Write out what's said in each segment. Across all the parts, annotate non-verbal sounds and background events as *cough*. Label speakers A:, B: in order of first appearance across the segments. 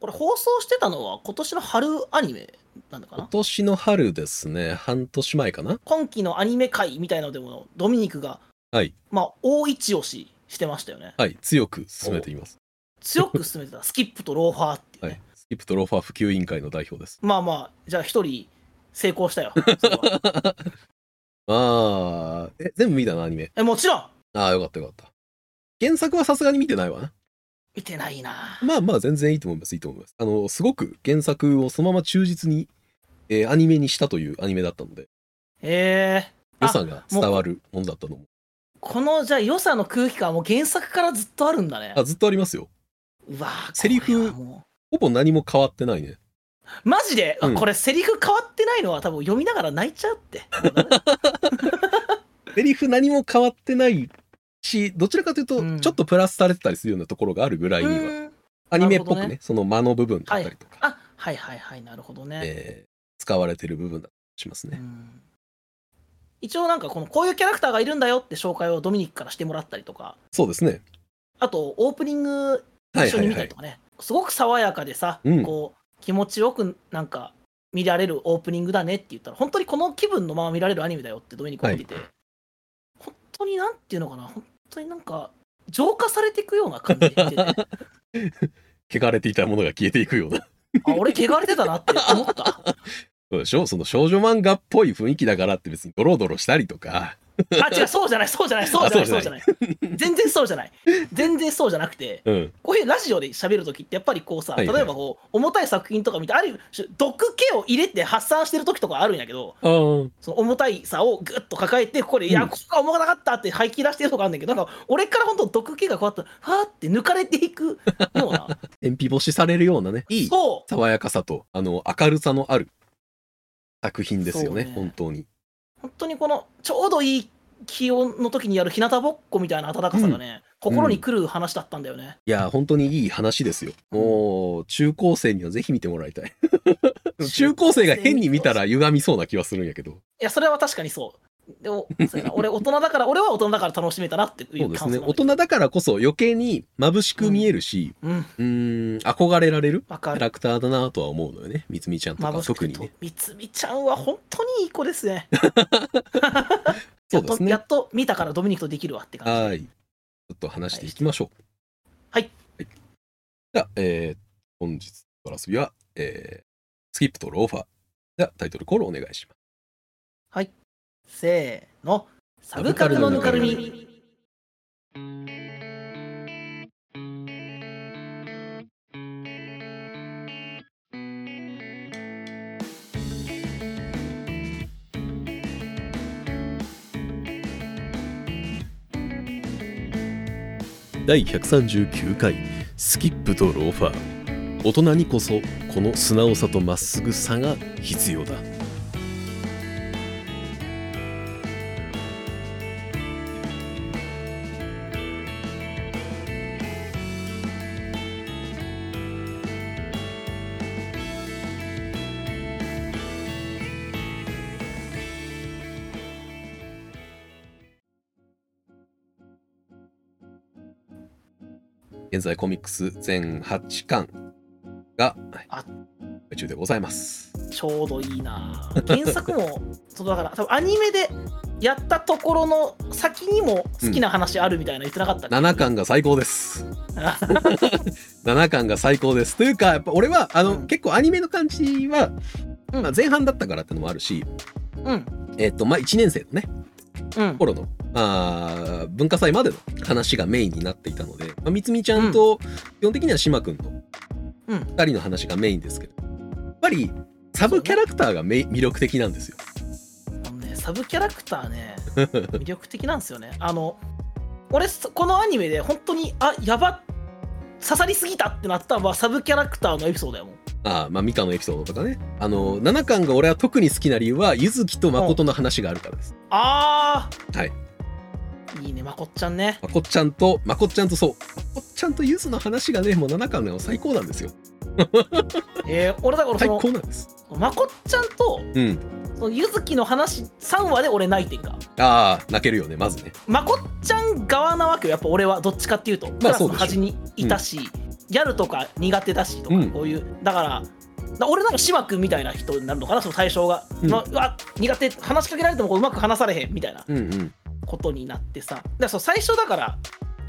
A: これ放送してたのは今年の春アニメなのか
B: 今
A: な
B: 年の春ですね、半年前かな
A: 今期のアニメ界みたいなのでもドミニクが、
B: はい
A: まあ大一押ししてましたよね
B: はい、強く進めています。
A: 強く進め
B: *laughs*
A: てたスキップとローファーっていう
B: は
A: ね、
B: い。スキップとローファー普及委員会の代表です。
A: まあまあじゃあ一人成功
B: *laughs*
A: したよそれは
B: ああ、え、全部見たな、アニメ。
A: えもちろん
B: ああ、よかったよかった。原作はさすがに見てないわな。
A: 見てないな
B: まあまあ、全然いいと思います、いいと思います。あの、すごく原作をそのまま忠実に、えーアニメにしたというアニメだったので、
A: ええ
B: 良さが伝わるもんだったのも。
A: このじゃあ良さの空気感はもう原作からずっとあるんだね
B: あ、ずっとありますよ。
A: うわー
B: セリフ
A: これはも
B: ほぼ何も変わってない
A: う
B: ね。
A: マジで、あ
B: うん
A: これセリフ変わってないのは多分読みながら泣いちゃうってもうダメだ
B: セリフ何も変わってないし、どちらかという
A: う
B: と、
A: ん
B: ちょっとプラスされてたりするようなところがあるぐらいには、
A: うん
B: アニメっぽく
A: なるほ
B: ね
A: どね
B: その間の部分だったりとか、
A: あはいはいはいなるほどね、
B: えー使われてる部分だったりします
A: う
B: ね。
A: ん一応なんかこのこういうキャラクターがいるんだよって紹介をドミニクからしてもらったりとか
B: そうですね。
A: あとオープニング
B: はい
A: 一緒
B: は
A: に
B: い
A: 見
B: は
A: たり
B: い
A: と。かね、すごく爽やかでさ、
B: うん
A: こう気持ちよくなんか見られるオープニングだねって言ったら本当にこの気分のまま見られるアニメだよってドミニクが見てて、本当になんていうのかな本当になんか浄化されていくような感じで見てて
B: *laughs*
A: あ
B: 汚れていたものが消えていくような。
A: 俺汚れてたなって思った
B: そうでしょその少女漫画っぽい雰囲気だからって別にドロドロしたりとか。
A: あ違うそうじゃないそうじゃないそうじゃない
B: あ
A: そ
B: そう
A: う
B: じ
A: じゃ
B: ゃ *laughs*
A: ない全然そうじゃない全然そうじゃなくて
B: うん。
A: こういうラジオで喋るときってやっぱりこうさ、
B: はいはい
A: 例えばこう重たい作品とか見てある種毒気を入れて発散してるときとかあるんやけど
B: あー
A: その重たいさをぐっと抱えてここで「いや
B: うん
A: ここが重くなかった」って吐き出してるとかあるんだけどなんか俺から本当毒気がこうやってはーって抜かれていくような
B: 天日干しされるようなね、 *laughs* いい
A: そ
B: 爽やかさと、あの、明るさのある作品ですよね、
A: そうね
B: 本当に。
A: う本当にこのちょうどいい気温の時にやる日向ぼっこみたいな暖かさがね、
B: ん
A: 心に来る話だったんだよね、
B: いや、本当にいい話ですよ。もう、中高生にはぜひ見てもらい
A: *laughs*
B: たい。中高生が変に見たら歪みそうな気はするんやけど。
A: いやそれは確かにそうでもそうやな俺大人だから俺は大人だから楽しめたなってい
B: そう
A: う
B: で
A: 感想
B: すね。
A: なん
B: 大
A: だけど
B: 人だからこそ余計に眩しく見えるし、
A: うん
B: うーん、憧れられる
A: わ
B: キ
A: か
B: ャ
A: る
B: ラクターだなとは思うのよね。みつみちゃんと
A: ま
B: か
A: ぶしく
B: 特
A: て
B: に
A: と、
B: ね。
A: みつみちゃんは本当にいい子ですね。
B: *laughs* そうです
A: や
B: ね
A: っ。とやっと見たからドミニクとできるわって感じで。
B: はい。ちょっと話していきましょう。
A: はい。
B: はい、じゃあ、えー、本日のラスビは、えー、スキップとローファー。じゃあ、タイトルコールお願いします。
A: せーの。サブカルのぬかるみ。
B: 第139回スキップとローファー大人にこそこの素直さとまっすぐさが必要だ現在コミックス全8巻が
A: あ
B: 配中でございます
A: ちょうどいいなぁ。原作も、そうだから、多分アニメでやったところの先にも好きな話あるみたいな言ってなかったっけ
B: 7。巻が最高
A: *laughs*
B: です
A: あ
B: 7巻が最高ですというかやっぱ俺はあの、
A: うん
B: 結構アニメの感じは、
A: うん
B: まあ、前半だったからってのもあるし、
A: うん。
B: えっとまあ、1年生のね
A: うん。
B: 頃の、まあ、文化祭までの話がメインになっていたので、まあ、みつみちゃんと、基本的には島くんと
A: うん
B: 2人の話がメインですけど、やっぱりサブキャラクターがめ魅力的なんですよ。
A: あのね、サブキャラクター
B: *laughs*
A: ね、魅力的なんですよね。あの、俺、そこのアニメで本当に、あやば刺さりすぎたってなったのはサブキャラクターのエピソードやもん。
B: ああ、まあ、ミカのエピソードとかね。あの、7巻が俺は特に好きな理由は、ゆずきと誠の話があるからです。
A: ああ
B: はい
A: いいねまこっちゃんね
B: まこっちゃんと、まこっちゃんとそう、まこっちゃんとゆずの話がね、もう7巻の最高なんですよ。
A: えー、俺だから
B: 最
A: その
B: 高なんです。
A: まこっちゃんと
B: うん。
A: そのゆずきの話3話で俺泣いてんか
B: ああ、泣けるよね、まずね。
A: まこっちゃん側なわけよやっぱ俺はどっちかっていうとク
B: まあ
A: ラス
B: そう
A: の
B: でしょう
A: 端にいたし、ギャルとか苦手だしとか、
B: うん
A: こういうだからだ俺なんか芝君みたいな人になるのかなその対象が、
B: うん
A: まあうわ苦手話しかけられてもこううまく話されへんみたいな
B: うんうん
A: ことになってさだからそう最初だから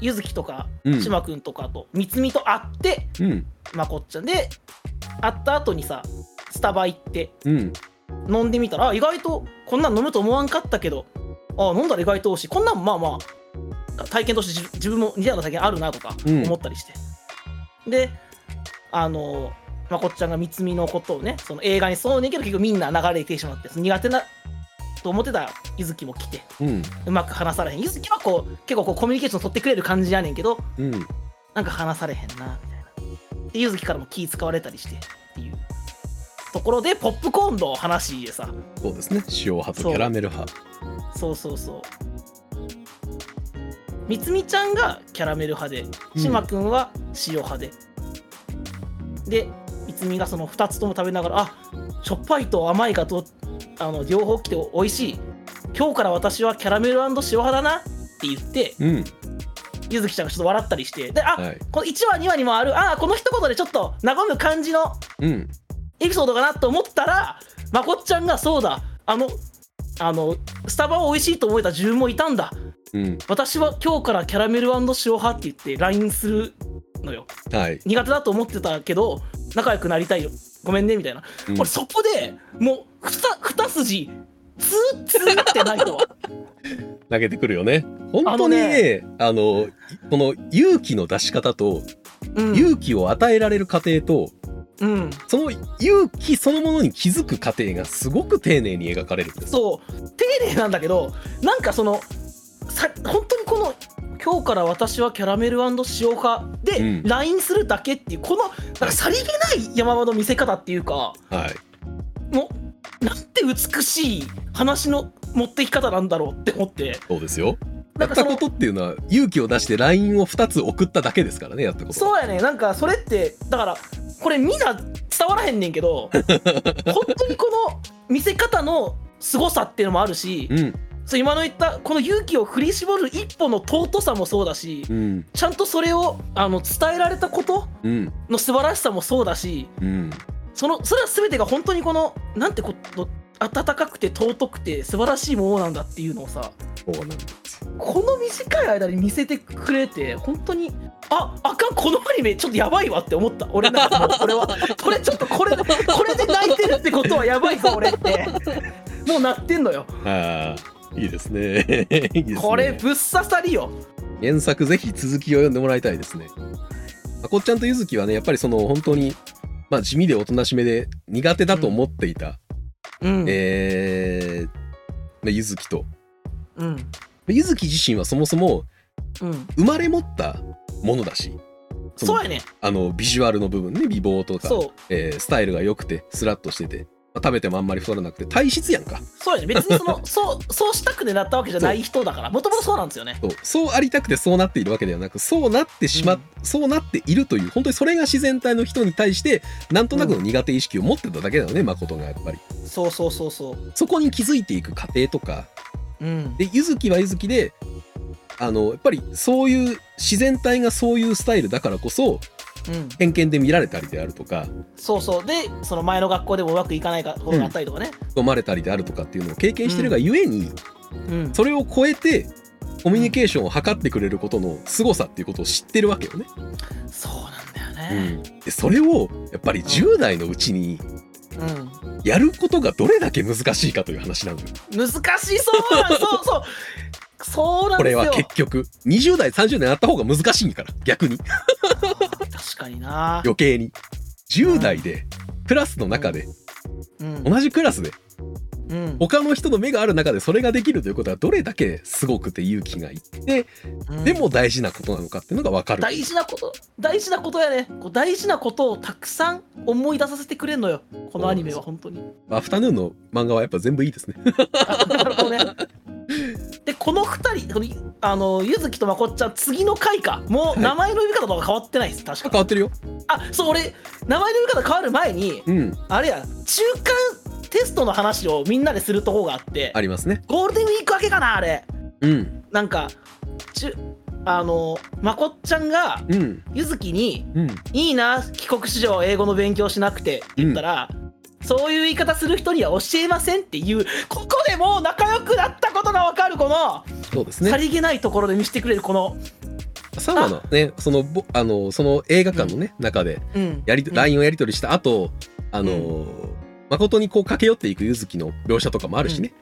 A: ゆずきとか
B: うん
A: 島君とかとみつみと会って
B: うん
A: まこっちゃんで会った後にさスタバ行って
B: うん
A: 飲んでみたらあ意外とこんなん飲むと思わんかったけどあ飲んだら意外と美味しいこんなんまあまあ体験として自自分も似たような体験あるなとか
B: うん
A: 思ったりして、であのまこっちゃんが三つみのことをねその映画にそうねんけど結局みんな流れてしまってその苦手なと思ってたゆずきも来て
B: うん
A: うまく話されへんゆずきはこう結構こうコミュニケーション取ってくれる感じやねんけど
B: うん
A: なんか話されへんなみたいなでゆずきからも気使われたりしてっていうところでポップコーンの話でさ
B: そうですね塩派とキャラメル派
A: そうそうそうみつみちゃんがキャラメル派で
B: うん
A: しまくんは塩派で、でみつみがその2つとも食べながらあしょっぱいと甘いがとあの両方来て美味しい今日から私はキャラメル塩派だなって言って
B: うん
A: ゆずきちゃんがちょっと笑ったりしてであ、
B: はい
A: この1話2話にもあるあーこの一言でちょっと和む感じの
B: うん
A: エピソードかなと思ったらまこっちゃんがそうだあのあのスタバを美味しいと思えた自分もいたんだ
B: うん
A: 私は今日からキャラメル塩派って言って LINE するのよ
B: はい
A: 苦手だと思ってたけど仲良くなりたいよごめんねみたいな、
B: うん
A: 俺そこでもうふた二筋ツーツーってないとは
B: *laughs* 投げてくるよね本当にねあのこの勇気の出し方と
A: うん、
B: 勇気を与えられる過程と
A: うん、
B: その勇気そのものに気づく過程がすごく丁寧に描かれるんです
A: そう丁寧なんだけどなんかそのさ本当にこの「今日から私はキャラメル塩派」
B: う
A: で
B: ん
A: LINE するだけっていうこのなんかさりげない山場の見せ方っていうか
B: はい
A: もうなんて美しい話の持ってき方なんだろうって思って
B: そうですよ
A: な
B: や
A: ん
B: っ
A: かそ
B: た
A: の
B: ことっていうのは勇気を出して LINE を2つ送っただけですからねやったこと
A: そうやねなんかそれってだからこれみんな伝わらへんねんけど
B: *laughs*
A: 本当にこの見せ方の凄さっていうのもあるし
B: うん
A: そう今の言ったこの勇気を振り絞る一歩の尊さもそうだし
B: うん
A: ちゃんとそれをあの伝えられたこと
B: うん
A: の素晴らしさもそうだし
B: うん
A: そのそれは全てが本当にこのなんてこと温かくて尊くて素晴らしいものなんだっていうのをさ
B: そうなんです
A: この短い間に見せてくれて本当にああかんこのアニメちょっとやばいわって思った俺なんかもうこれはこれちょっとこれこれで泣いてるってことはやばいぞ俺ってもうなってんのよ
B: ああいいですねいいですね
A: これぶっ刺さりよ
B: 原作ぜひ続きを読んでもらいたいですね。まこっちゃんとゆずきはねやっぱりその本当に、まあ、地味でおとなしめで苦手だと思っていた、
A: うん、
B: えーまあゆずきと
A: うん
B: ゆずき自身はそもそも
A: うん
B: 生まれ持ったものだしその
A: そうやね
B: あのビジュアルの部分ね美貌とか、
A: そう
B: えースタイルが良くてスラッとしてて、まあ食べてもあんまり太らなくて体質やんか
A: そうやね別にその *laughs* そうそうしたくてなったわけじゃない人だからもともとそうなんですよね
B: そうそうありたくてそうなっているわけではなくそうなってしま、
A: うん
B: そうなっているという本当にそれが自然体の人に対してなんとなくの苦手意識を持ってただけなのね、誠がやっぱり
A: そうそうそうそう
B: そこに気づいていく過程とか
A: うん
B: で柚木は柚木であのやっぱりそういう自然体がそういうスタイルだからこそ
A: うん
B: 偏見で見られたりであるとか
A: そうそうでその前の学校でもうまくいかないことがあったりとかね
B: 読まれたりであるとかっていうのを経験してるがゆえに、
A: うん
B: それを超えてコミュニケーションを図ってくれることの凄さっていうことを知ってるわけよね。
A: そうなんだよね
B: でそれをやっぱり10代のうちに
A: うん
B: やることがどれだけ難しいかという話なのよ
A: 難しそうなんそうそうそうなん
B: こ
A: で
B: れ
A: す
B: は
A: よ
B: 結局20代30代やった方が難しいから逆に
A: 確かにな、
B: 余計に10代でクラスの中で
A: うん
B: 同じクラスで
A: うん
B: 他の人の目がある中でそれができるということはどれだけすごくて勇気がいって
A: うん
B: でも大事なことなのかっていうのが分かる
A: 大事なこと大事なことやねこう大事なことをたくさん思い出させてくれんのよこのアニメは本当に
B: アフタヌーンの漫画はやっぱ全部いいですね
A: あ *laughs* なるほどね。で、この2人、このあのゆずきとまこっちゃん、次の回か、も
B: はいう
A: 名前の呼び方とか変わってないです、確
B: 変
A: か。
B: わってるよ
A: あそう、俺、名前の呼び方変わる前に、
B: うん
A: あれや、中間テストの話をみんなでするとこがあって
B: あ、りますね
A: ゴールデンウィーク明けかな、あれ。
B: うん
A: なんか、中あのまこっちゃんが
B: うん
A: ゆずきに
B: うん
A: 「いいな帰国子女英語の勉強しなくて」って言ったら、そういう言い方する人には教えませんっていうここでもう仲良くなったことが分かるこの、
B: そうですね
A: さりげないところで見せてくれるこの、
B: サマのねそのぼあのその映画館のね、中で
A: うん、
B: やり
A: うん
B: LINE をやり取りした後あのー誠にこう駆け寄っていくゆずきの描写とかもあるしね、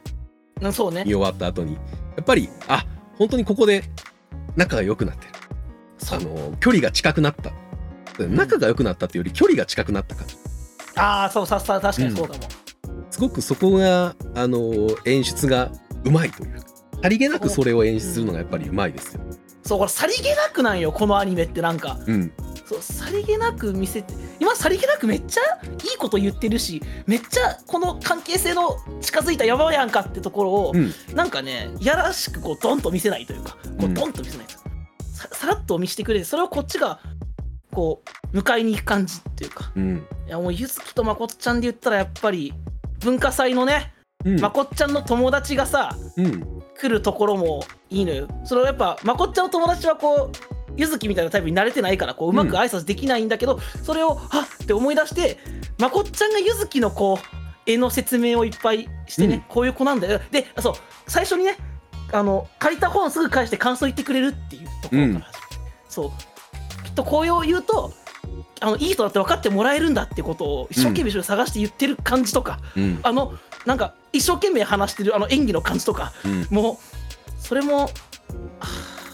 A: うんそうね
B: 見終わった後にやっぱりあ本当にここで仲が良くなってる
A: そ
B: あ
A: う
B: のー距離が近くなった仲が良くなったっていうより距離が近くなったから
A: ああそうささ確かにそうかも、
B: すごくそこがあのー演出がうまいというかさりげなくそれを演出するのがやっぱりうまいですよ、
A: そうこれさりげなくなんよこのアニメってなんか
B: うん、
A: そうさりげなく見せて今さりげなくめっちゃいいこと言ってるしめっちゃこの関係性の近づいたやばいやんかってところを、
B: うん
A: なんかねいやらしくこうドンと見せないというかこ
B: うん
A: うドンと見せないと、ささらっと見せてくれてそれをこっちがこう迎えに行く感じっていうか
B: うん
A: いやもうゆずきとまこっちゃんで言ったらやっぱり文化祭のね、
B: うん
A: まこっちゃんの友達がさ
B: うん
A: 来るところもいいのよそれはやっぱまこっちゃんの友達はこうゆずきみたいなタイプに慣れてないからこううまく挨拶できないんだけど、それをあっって思い出してまこっちゃんがゆずきのこう絵の説明をいっぱいしてね、
B: うん
A: こういう子なんだよであそう最初にねあの借りた本すぐ返して感想言ってくれるっていうところから始まって、そうきっとこれを言うとあのいい人だって分かってもらえるんだってことを一生懸命一生懸命探して言ってる感じとか、
B: うん
A: あのなんか一生懸命話してるあの演技の感じとか
B: うん
A: もうそれもあ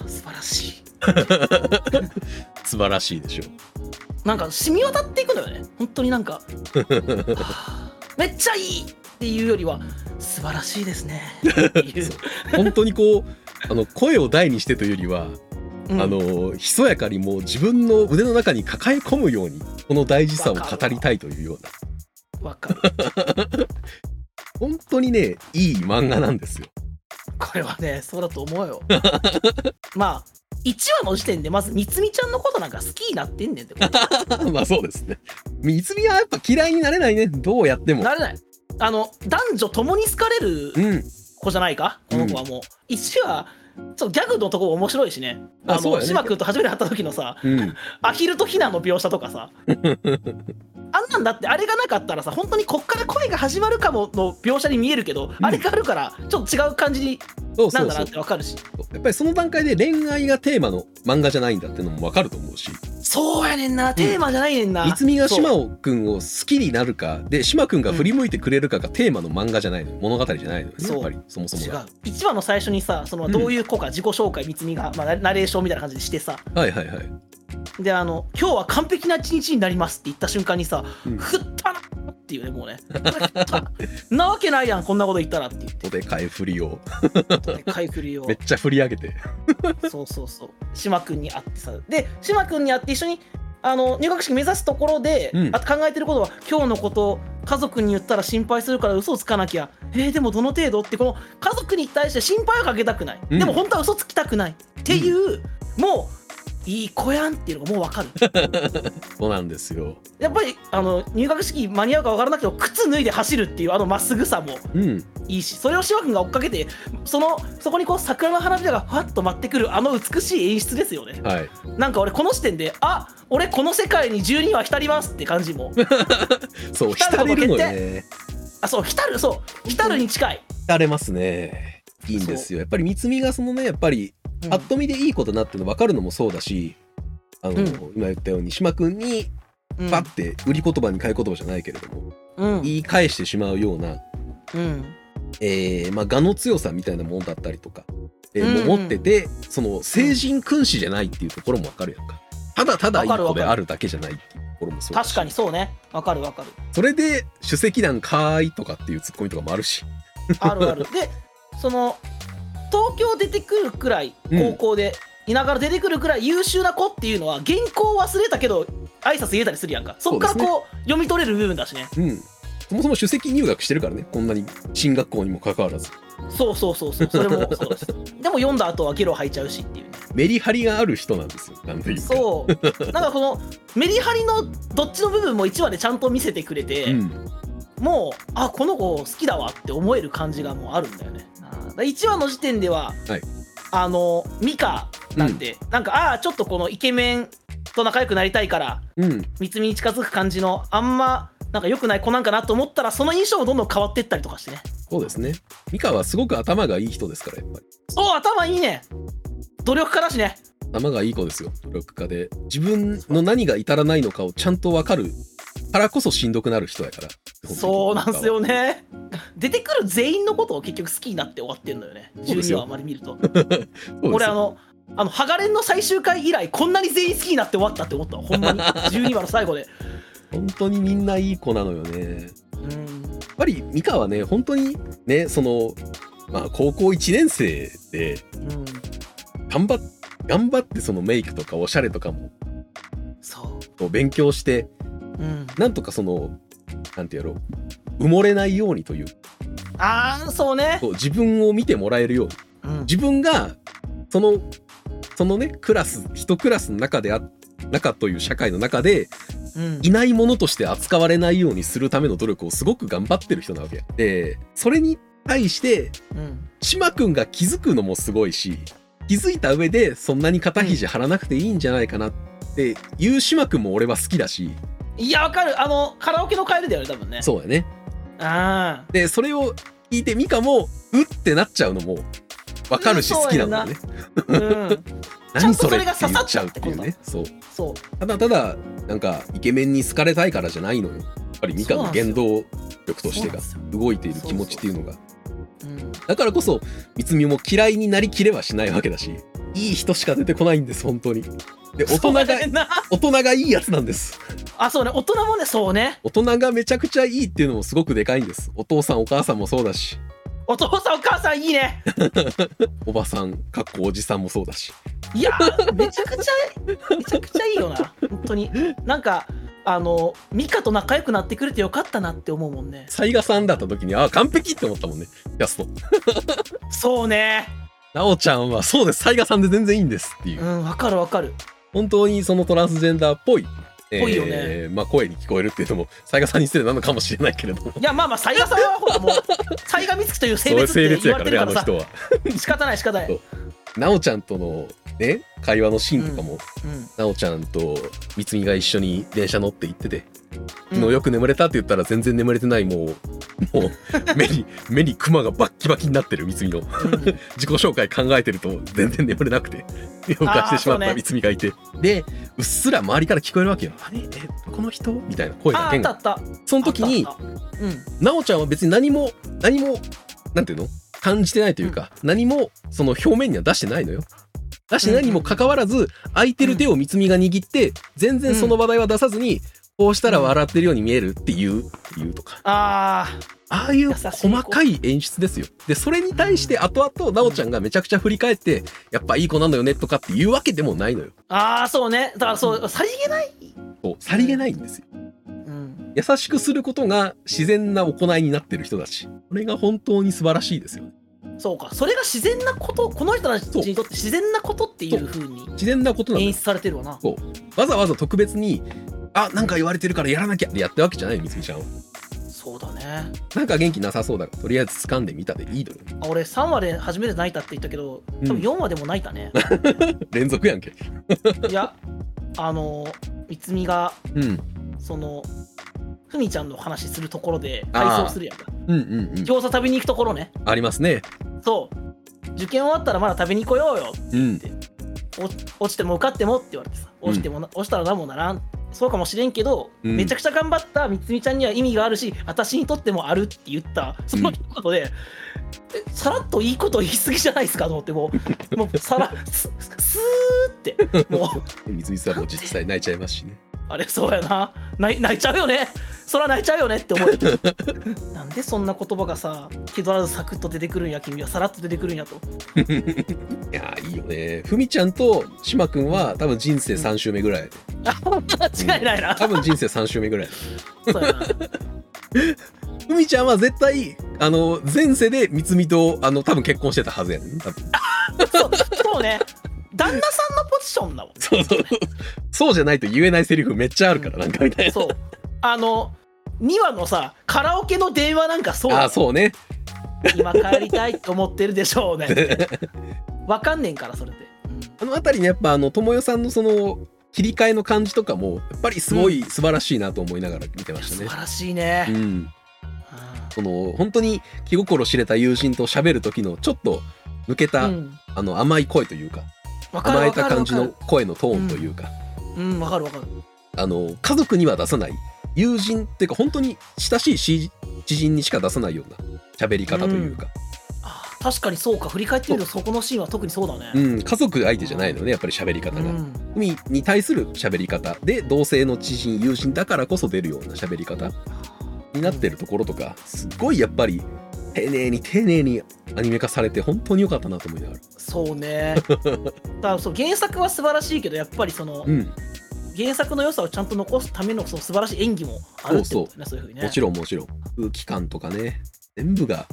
A: ー素晴らしい
B: 素晴らしいでしょ
A: なんか染み渡っていくのよね本当になん
B: *laughs*
A: かあーめっちゃいいっていうよりは素晴らしいですねってい
B: *laughs*
A: う
B: そ本当にこう *laughs* あの声を大にしてというよりは、
A: うん
B: あのひそやかにもう自分の腕の中に抱え込むようにこの大事さを語りたいというような
A: わかる
B: 本当にねいい漫画なんですよ。
A: これはねそうだと思うよまあ1話の時点でまずみつみちゃんのことなんか好きになってんねんってこ
B: *laughs* まあそうですね。三つみはやっぱ嫌いになれないねどうやって
A: と
B: も。
A: なれないあの男女共に好かれる
B: うん、
A: 子じゃないかこの子はもう、一1はちょっとギャグのとこも面白いしね
B: あ
A: あ
B: そうや
A: の
B: ね
A: 島君と初めて会った時のさ
B: うん、
A: アヒルとヒナの描写とかさあんなんだってあれがなかったらさ本当にこっから恋が始まるかもの描写に見えるけど、
B: うん
A: あれがあるからちょっと違う感じに
B: そう
A: な
B: そ
A: ん
B: う
A: だ
B: そ
A: なっ
B: う
A: てわかるし
B: やっぱりその段階で恋愛がテーマの漫画じゃないんだってのも分かると思うし
A: そうやねんなテーマじゃないねんな、
B: 三つみが
A: そう
B: 島尾くんを好きになるかで島くんが振り向いてくれるかがテーマの漫画じゃないの物語じゃないのよね
A: そう
B: やっぱりそもそも
A: 違う
B: が。
A: 1話の最初にさその
B: うん
A: どういう子か自己紹介三つみが、まあ、ナレーションみたいな感じでしてさ
B: はいはいはい。
A: であの「今日は完璧な一日になります」って言った瞬間にさ「
B: うん
A: 振ったな!」っていうねもうね「振ったななわけないやんこんなこと言ったら」って言って
B: おでかい振りを
A: 買い振りを
B: めっちゃ振り上げて。
A: そうそうそう島君に会ってさで島君に会って一緒にあの入学式目指すところで、
B: うん
A: あと考えてることは今日のこと家族に言ったら心配するから嘘をつかなきゃえー、でもどの程度ってこの家族に対して心配をかけたくない、
B: うん
A: でも本当は嘘つきたくないっていう、もういい子やんっていうのがもう分かる
B: そうなんですよ。
A: やっぱりあの入学式間に合うか分からなくても靴脱いで走るっていうあのまっすぐさも
B: うん。
A: いいしそれを島君が追っかけてそのそこにこう桜の花びらがふわっと舞ってくるあの美しい演出ですよね
B: はい。
A: なんか俺この時点であ俺この世界に12は浸りますって感じも
B: そう、
A: 浸
B: 浸
A: る
B: れる
A: の
B: の
A: も決
B: ね。
A: あそう浸るそう浸るに近い、
B: 浸れますね。いいんですよ。やっぱり三つみがそのね、やっぱり、
A: うん
B: ぱっと見でいいことなっての分かるのもそうだし、あの、
A: うん
B: 今言ったように、島くんに、
A: うん
B: パッて、売り言葉に買い言葉じゃないけれども、
A: うん
B: 言い返してしまうような、
A: うん
B: えー、まあ、我の強さみたいなもんだったりとか、えー
A: うんうん
B: も持ってて、その、成人君子じゃないっていうところも分かるやんか。ただただいい
A: わかる
B: 子
A: わか
B: で
A: る
B: あるだけじゃないっていうところもそうだし
A: 確かにそうねわかるわかる
B: それで「首席なんかーい」とかっていうツッコミとかもあるし
A: あるあ
B: *laughs*
A: るでその東京出てくるくらい
B: うん
A: 高校で、田舎から出てくるくらい優秀な子っていうのは原稿忘れたけど挨拶言えたりするやんかそっから
B: そうですね
A: こう読み取れる部分だしね
B: うんそもそも首席入学してるからねこんなに進学校にもかかわらず
A: そうそうそう
B: *laughs*
A: そうそれもそうですでも読んだ後はゲロ吐いちゃうしっていうね
B: メリハリがある人なんですよなんていうか
A: そうなんかこのメリハリのどっちの部分も1話でちゃんと見せてくれて、
B: ん、
A: もうあこの子好きだわって思える感じがもうあるんだよねあーだ1話の時点では、
B: はい
A: あのミカなんで、なんかああちょっとこのイケメンと仲良くなりたいから
B: うん
A: 三つ見に近づく感じのあんまなんか良くない子なんかなと思ったらその印象もどんどん変わってったりとかしてね
B: そうですねミカはすごく頭がいい人ですからやっぱり
A: そう頭いいね努力家だしね
B: 頭がいい子ですよ努力家で自分の何が至らないのかをちゃんと分かるからこそしんどくなる人やから
A: そうなんすよ
B: ね
A: ね *laughs* 出てくる全員のことを結局好きになって終わってんのよね
B: そうです
A: 12
B: よ
A: 話あまり見ると
B: 俺
A: 俺あのあのハガレンの最終回以来こんなに全員好きになって終わったって思ったわほんま
B: *laughs*
A: に12話の最後で
B: 本当にみんないい子なのよね
A: うん
B: やっぱりミカはね本当にねそのまあ高校1年生で
A: うん
B: 頑張っ頑張ってそのメイクとかおしゃれとかも
A: そ
B: こう勉強して
A: ううん
B: なんとかそのなんてやろう埋もれないようにという
A: ああそうね
B: こう自分を見てもらえるように
A: うん
B: 自分がそのそのねクラス一クラスの中であ中という社会の中で
A: うん
B: いないものとして扱われないようにするための努力をすごく頑張ってる人なわけでそれに対して
A: うん
B: 島くんが気づくのもすごいし気づいた上でそんなに肩肘張らなくていいんじゃないかなっていう島くんも俺は好きだし
A: いやわかるあのカラオケの帰りだよね多分ね
B: そうだね
A: ああ
B: でそれを聞いてミカもうってなっちゃうのもわかるし
A: うん
B: 好きなんだよね
A: うんちゃ
B: 何
A: んと
B: そ
A: そ
B: れ
A: れ
B: って
A: が刺
B: 言
A: さ
B: っ
A: っ
B: ち
A: ち
B: ゃ
A: ゃ
B: う
A: う
B: っ
A: ってて
B: い
A: こ
B: う
A: とだ
B: ねそう
A: そう
B: ただただなんかイケメンに好かれたいからじゃないのよやっぱりミカの原動力としてが
A: そうなん
B: 動いている気持ちっていうのが
A: うん
B: だからこそ三つみも嫌いになりきれはしないわけだしいい人しか出てこないんです本当にで大人が
A: そうだよな
B: 大人がいいやつなんです
A: あそうね大人もねそうね
B: 大人がめちゃくちゃいいっていうのもすごくでかいんですお父さんお母さんもそうだし
A: お父さんお母さんいいね
B: おばさんかっこおじさんもそうだし
A: いやーめちゃくちゃめちゃくちゃいいよな本当になんかあのミカと仲良くなってくれてよかったなって思うもんね
B: 雑賀さんだった時にああ完璧って思ったもんねキャスト
A: そうね
B: なおちゃんはそうです雑賀さんで全然いいんですっていう
A: うんわかるわかる
B: 本当にそのトランスジェンダーっぽい。
A: ぽいよ
B: えーまあ声に聞こえるっていうのも雑賀さんに失礼なのかもしれないけれ
A: *laughs*
B: ども
A: いやまあまあ才賀さんはほら *laughs* もう才賀美月という性別
B: そうい
A: っ
B: う
A: て言われてる
B: あ
A: か
B: の
A: らさ
B: 人は
A: 仕方ない仕方ない
B: そうなおちゃんとのね会話のシーンとかも、なおちゃんと三つみが一緒に電車乗って行ってて
A: うん
B: 昨日よく眠れたって言ったら全然眠れてないもうも
A: *laughs*
B: う目に目にクマがバッキバキになってる三つみの
A: うんうん
B: 自己紹介考えてると全然眠れなくて夜を貸してしま
A: あーそ
B: った
A: うね
B: 三つみがいて、でうっすら周りから聞こえるわけよあれえこの人みたいな声だ
A: ああ
B: け
A: っ
B: が
A: たあった
B: その時に
A: あったあったうん
B: なおちゃんは別に何も何もなんていうの感じてないというか、何もその表面には出してないのよ出してないにもかかわらず、空いてる手を三つみが握って全然その話題は出さずに、こうしたら笑ってるように見えるっていうっていうとか
A: ああ
B: ああいう
A: 優しい
B: 細かい演出ですよでそれに対して後々なおちゃんがめちゃくちゃ振り返って、やっぱいい子なのよねとかっていうわけでもないのよ
A: ああそうねだからそうさりげない、
B: こうさりげないんですよ
A: うん、
B: 優しくすることが自然な行いになってる人だしこれが本当に素晴らしいですよね
A: そうかそれが自然なことこの人たちにとって自然なことっていうふうに
B: 自然なことなのよ
A: 演出されてるわな
B: わざわざ特別に、あ、なんか言われてるからやらなきゃってやったわけじゃないよ、みつみちゃんは。
A: そうだね
B: なんか元気なさそうだから、とりあえず掴んでみたでいいのよ。
A: あ俺3話で初めて泣いたって言ったけど
B: うん
A: 多分4話でも泣いた
B: *laughs*
A: ね、
B: 連続やんけ。
A: いやあの三つみが
B: うん。うん
A: そのふみちゃんの話するところで
B: あー
A: 配送するやんか
B: うんうん。
A: 餃子食べに行くところね
B: ありますね。
A: そう受験終わったらまだ食べに来ようよ
B: うん。
A: 落落ちても受かってもって言われてさ
B: うん
A: 落ちてもな、落ちたら何もならんそうかもしれんけど、
B: うん
A: めちゃくちゃ頑張ったみつみちゃんには意味があるし私にとってもあるって言ったその一言で、えさらっといいこと言い過ぎじゃないですかと思ってもうもうさらすすーってもう
B: みつみさんも実際泣いちゃいますしね。
A: あれそうやな泣い泣いちゃうよねそら泣いちゃうよねって *laughs* 思うなんでそんな言葉がさ気取らずサクッと出てくるんや君はさらっと出てくるんやと
B: いやー、いいよね。ふみちゃんとしまくんは、多分人生3週目ぐらい。
A: あ間違いないな、
B: 多分人生3週目ぐらい。
A: *laughs* そうやな
B: ふみちゃんは絶対、あの、前世でみつみと、あの、多分結婚してたはずやね。多分
A: そうそうね旦那さんのポジションだもん
B: そうそう。そうじゃないと言えないセリフめっちゃあるから、なんかみたいな。
A: そうあの2話のさカラオケの電話なんかそう
B: あ
A: だ
B: あ、そうね。
A: *laughs* 今帰りたいと思ってるでしょうねわかんねんからそれで、うん
B: あの辺りねやっぱあの友よさんのその切り替えの感じとかもやっぱりすごい素晴らしいなと思いながら見てまし
A: 素晴
B: たね。
A: らしいね、
B: うん、
A: あ
B: その本当に気心知れた友人と喋る時のちょっと抜け
A: ー
B: た、
A: うん、
B: あの甘い声というか
A: わかる
B: 甘え
A: わ
B: た
A: かる
B: 感
A: わ
B: じ
A: か
B: の
A: る
B: 声のトーンというか、
A: うんわかるわかる
B: あの家族には出さない友人っていうか本当に親しいし知人にしか出さないような喋り方というか、
A: あー確かにそうか振り返ってみるとそこのシーンは特にそうだね
B: うん家族相手じゃないのねやっぱり喋り方が。
A: うん
B: にに対する喋り方で同性の知人友人だからこそ出るような喋り方になってるところとかすっごいやっぱり丁寧に丁寧にアニメ化されて本当に良かったなと思いながら
A: そう
B: *laughs*
A: ねだからそう原作は素晴らしいけどやっぱりその、
B: うん
A: 原作の良さをちゃんと残すためのその素晴らしい演技もあるってことだねそういうふうにね
B: もちろんもちろん空気感とかね全部が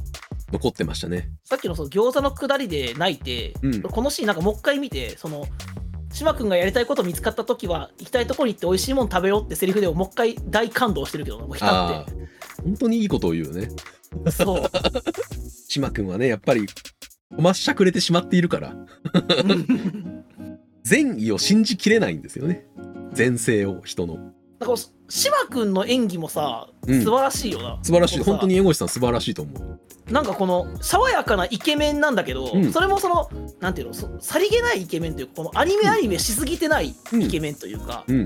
B: 残ってましたね
A: さっきのその餃子の下りで泣いて、
B: うん
A: このシーンなんかもう一回見てその島君がやりたいこと見つかった時は行きたいとこに行って美味しいもん食べようってセリフでももう一回大感動してるけどなもう浸
B: あ
A: っ
B: あ本当にいいことを言うよね
A: てそう
B: 島君はねやっぱりおまっしゃくれてしまっているから
A: うん
B: 善意を信じきれないんですよね善性を人の
A: だから島君の演技もさ
B: うん
A: 素晴らしいよな、
B: 素晴らしい
A: こうさ
B: 本当に江越さん素晴らしいと思う
A: なんかこの爽やかなイケメンなんだけど、
B: うん
A: それもそのなんていうのそさりげないイケメンというかこのアニメアニメしすぎてない
B: うん
A: イケメンというか、
B: うん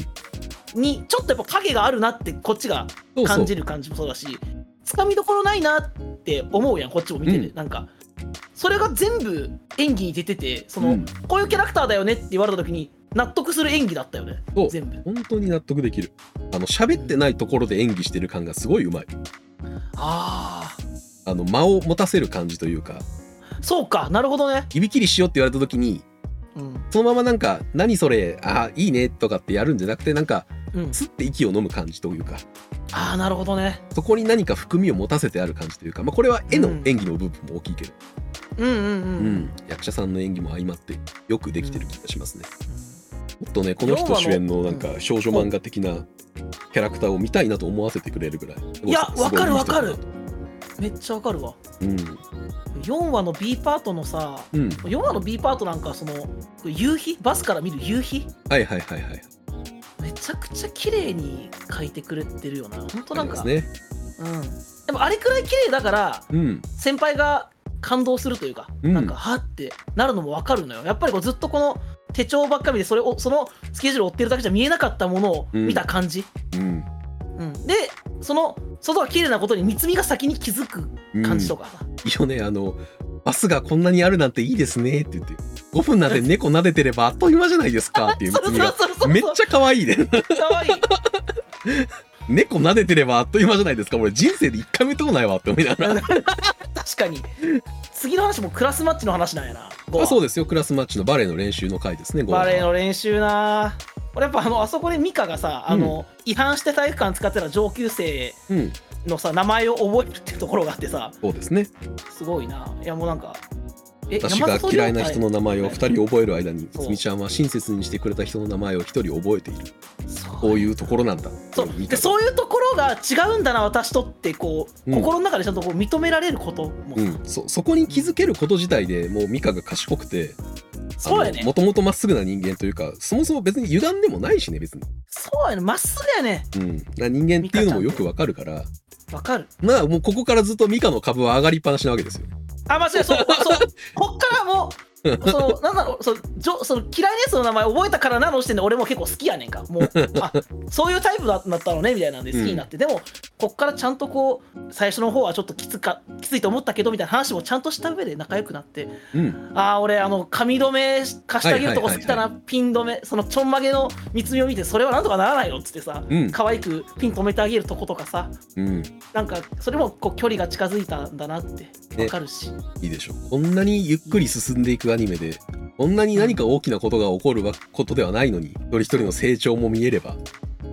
A: にちょっとやっぱ影があるなってこっちが
B: そうそ
A: 感
B: う
A: じる感じもそうだしつかみどころないなって思うやんこっちも見てて、
B: う
A: なんかそれが全部演技に出ててその、
B: うん
A: こういうキャラクターだよねって言われた時に納得する演技だったよね
B: そう
A: 全部
B: 本当に納得できるあの喋ってないところで演技してる感がすごいうまい
A: あ
B: あの間を持たせる感じというか
A: あそうかなるほどね、
B: 指切りしようって言われた時に
A: うん
B: そのままなんか「何それあーいいね」とかってやるんじゃなくてなんか
A: うん、
B: スッて息を飲む感じというか
A: ああなるほどね
B: そこに何か含みを持たせてある感じというか、まあ、これは絵の演技の部分も大きいけど、
A: うんうんう、
B: うんん役者さんの演技も相まってよくできてる気がしますね。もっとねこの
A: 要は
B: 人
A: もう
B: 主演のなんか少女漫画的なキャラクターを見たいなと思わせてくれるぐらい
A: いや
B: すごいいい人だなと
A: わかるわかめっちゃわかるわ
B: うん
A: 4話の B パートのさ
B: うん
A: 4話の B パートなんかはその夕日バスから見る夕日
B: はいはいはいはい
A: めちゃくちゃ綺麗に描いてくれてるよな本当なんか
B: ありますね
A: うん、でもあれくらい綺麗だから
B: うん
A: 先輩が感動するというか、
B: うん
A: なんかはってなるのも分かるのよやっぱりこうずっとこの手帳ばっかりでそれをそのスケジュールを追ってるだけじゃ見えなかったものを見た感じ、
B: う
A: う
B: ん
A: んでその外が綺麗なことに三つみが先に気づく
B: うん
A: 感じとかさ、
B: いいよねあのバスがこんなにあるなんていいですねって言って5分なんて猫撫でてればあっという間じゃないで
A: *laughs*
B: すかっていう
A: そうそう
B: 君が
A: そうそう
B: めっちゃ可愛いね
A: ゃ可愛い
B: 猫撫でてればあっという間じゃないですか俺人生で一回も見たことないわって思いながら
A: 確かに次の話もクラスマッチの話なんやな
B: まあそう
A: う
B: ですよクラスマッチのバレエの練習の回ですねゴー
A: バレエの練習な俺やっぱあのあそこでミカがさあの、違反して体育館使ってた上級生
B: うん
A: のさ名前を覚えるっていうところがあってさ
B: そうですね
A: すごいないやもうなんかえ
B: 私が嫌いな人の名前を2人覚える間に
A: そう
B: つみちゃんは親切にしてくれた人の名前を1人覚えている
A: そ
B: こ
A: う
B: ういうところなんだ
A: そうでそういうところが違うんだな私とってこう、
B: うん
A: 心の中でちゃんとこう認められることも、
B: うん、そそこに気づけること自体でもうミカが賢くて
A: そうやね
B: もともとまっすぐな人間というかそもそも別に歪んでもないしね別に、
A: そうやねまっすぐやね
B: うん、な人間っていうのもよくわかるから
A: わかる
B: まあもうここからずっとミカの株は上がりっぱなしなわけですよ
A: あ間違え
B: *laughs*
A: そうそうこっからもうそのなんだろうそのじょその嫌いなやつの名前覚えたからなの時点で俺も結構好きやねんか
B: *laughs*
A: もうあそういうタイプだったのねみたいなんで好きになって、でもこっからちゃんとこう最初の方はちょっときつかきついと思ったけどみたいな話もちゃんとした上で仲良くなって
B: うん
A: ああ俺あの髪留め貸してあげるとこ好きだ
B: は
A: なピン留めそのちょんまげの三つ目を見てそれはなんとかならないのっつってさ
B: うん
A: 可愛くピン留めてあげるとことかさ
B: うん
A: なんかそれもこう距離が近づいたんだなってわかるし、
B: いいでしょうこんなにゆっくり進んでいくアニメでこんなに何か大きなことが起こるわことではないのに一人一人の成長も見えれば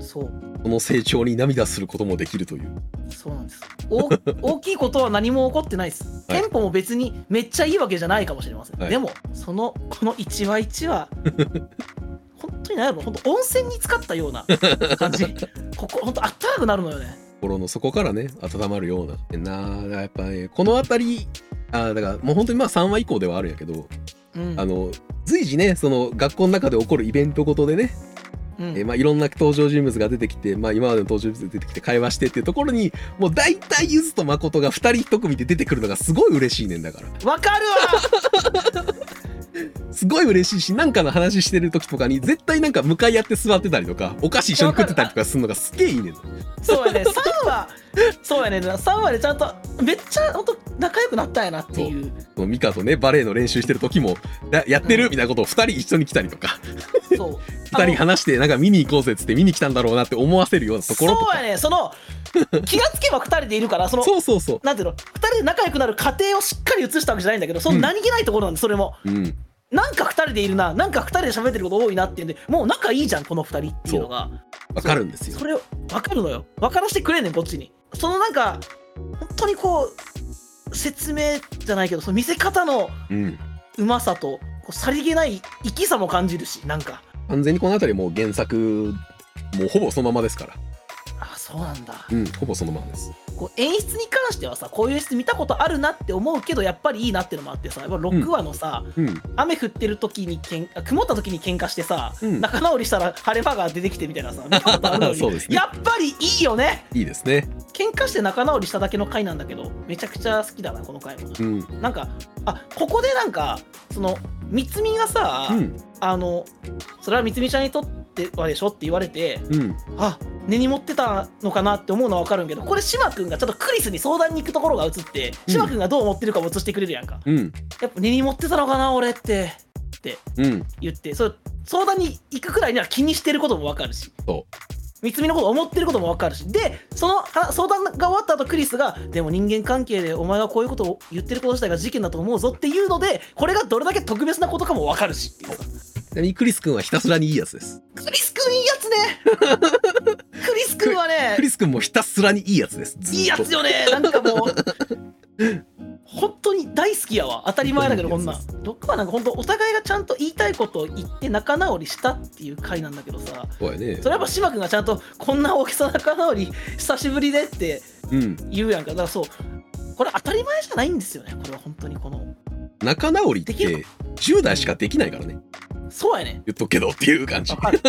A: そう
B: この成長に涙することもできるという
A: そうなんですお *laughs* 大きいことは何も起こってないです
B: はい
A: テンポも別にめっちゃいいわけじゃないかもしれません、
B: はい
A: でもそのこの一話一話 *laughs* 本当に何やろ本当温泉に浸かったよ
B: *laughs*
A: うな感じここ本当あったかくなるのよね
B: 心の底からね温まるようなえなあやっぱねこの辺りあーだからもう本当にまあ3話以降ではあるんやけど
A: うん
B: あの随時ねその学校の中で起こるイベントごとでね、
A: うん
B: えーまあ、いろんな登場人物が出てきて、まあ、今までの登場人物が出てきて会話してっていうところにもう大体ゆずと誠が2人1組で出てくるのがすごい嬉しいねんだから
A: わかるわ
B: すごい嬉しいしなんかの話してる時とかに絶対なんか向かい合って座ってたりとかお菓子一緒に食ってたりとかするのがすげえいいねん
A: そう
B: *laughs*
A: やね3話そうやね3話でちゃんとめっちゃ本当仲良くなったんやなっていう
B: そのミカとねバレエの練習してる時もややって
A: う
B: る
A: ん
B: みたいなことを2人一緒に来たりとか
A: そう
B: 2人話してなんか見に行こうぜっつって見に来たんだろうなって思わせるようなところと
A: そう
B: か
A: やねそ
B: *laughs*
A: の気がつけば2人でいるからその
B: そうそうそう
A: なんていうの2人で仲良くなる過程をしっかり映したわけじゃないんだけどその何気ないところなんでそれも、
B: うん
A: なんか2人でいるななんか2人で喋ってること多いなっていうんでもう仲いいじゃんこの2人っていうのが
B: わかるんですよ
A: それを分かるのよ分からせてくれんねんこっちにそのなんか本当にこう説明じゃないけどその見せ方の
B: うん
A: うまさとこうさりげない生きさも感じるしなんか
B: 完全にこの辺りもう原作もうほぼそのままですから
A: あそうなんだ
B: うんほぼそのままです
A: こう演出に関してはさこういう演出見たことあるなって思うけどやっぱりいいなってのもあってさやっぱ6話のさ、
B: うん
A: 雨降ってる時にけんあ曇った時に喧嘩してさ、
B: うん
A: 仲直りしたら晴れ間が出てきてみたいなさ見たことあるのに
B: *laughs* そうですね
A: やっぱりいいよね
B: いいですね
A: 喧嘩して仲直りしただけの回なんだけどめちゃくちゃ好きだなこの回も
B: うん
A: なんかあここでなんかその三つみがさ、
B: うん
A: あのそれは三つみちゃんにとってはでしょって言われて
B: うん
A: あ根に持ってたのかなって思うのは分かるんけどこれ島君がちょっとクリスに相談に行くところが映って
B: うん
A: 島君がどう思ってるかも映してくれるやんか、
B: うん
A: やっぱ根に持ってたのかな俺って
B: うん
A: 言ってそれ相談に行くくらいには気にしてることも分かるし
B: そ
A: 三つみのこと思ってることも分かるしでそのあ相談が終わった後クリスが「でも人間関係でお前はこういうことを言ってること自体が事件だと思うぞ」っていうのでこれがどれだけ特別なことかも分かるしっていうさ
B: ちなみにクリス君はひたすらにいいやつです
A: クリス君いいやつね
B: *laughs*
A: クリス君はね
B: クリス君もひたすらにいいやつですずっと
A: いいやつよねなんかもう本当に大好きやわ当たり前だけどこんなん
B: 本
A: 6はなんか本当お互いがちゃんと言いたいことを言って仲直りしたっていう回なんだけどさ
B: そうやね
A: それはやっぱ島君がちゃんとこんな大きさ仲直り久しぶりでって
B: うん
A: 言うやんかだからそうこれ当たり前じゃないんですよねこれは本当にこの
B: 仲直りっ
A: でき
B: て10代しかできないからね
A: そうやね
B: 言っとくけどっていう感じ
A: わ
B: *laughs*
A: かる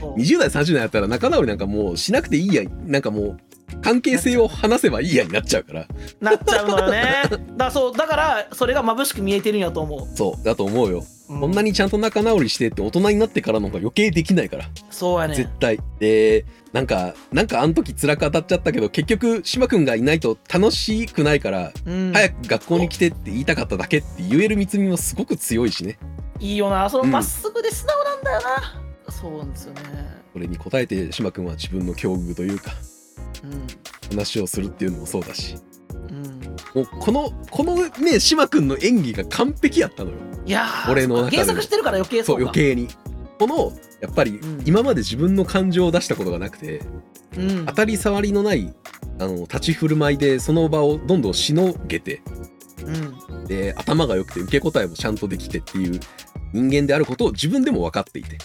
A: そう
B: 20代30代やったら仲直りなんかもうしなくていいやなんかもう関係性を話せばいいやになっちゃうから
A: なっちゃうのよねだからそうだからそれが眩しく見えてるんやと思
B: そうだと思うよ、
A: う、うん
B: こんなにちゃんと仲直りしてって大人になってからの方が余計できないから、
A: そうや
B: 絶
A: ね
B: 対でなんかなんかあの時辛く当たっちゃったけど結局島君がいないと楽しくないから、
A: うん
B: 早く学校に来てって言いたかっただけって言える三つみもすごく強いしね
A: いいよなその
B: うん
A: まっすぐで素直なんだよな、そうなんですよね
B: これに応えて島君は自分の境遇というか
A: う
B: 話をするっていうのもそうだし
A: んうん
B: もうこのこのね島君の演技が完璧やったのよ
A: いやー
B: 俺の中で
A: 原作してるから余計そ
B: そ
A: ううか
B: 余計にこのやっぱり
A: うん
B: 今まで自分の感情を出したことがなくて、
A: うん
B: 当たり障りのないあの立ち振る舞いでその場をどんどんしのげて
A: うん
B: で頭が良くて受け答えもちゃんとできてっていう人間であることを自分でも分かっていて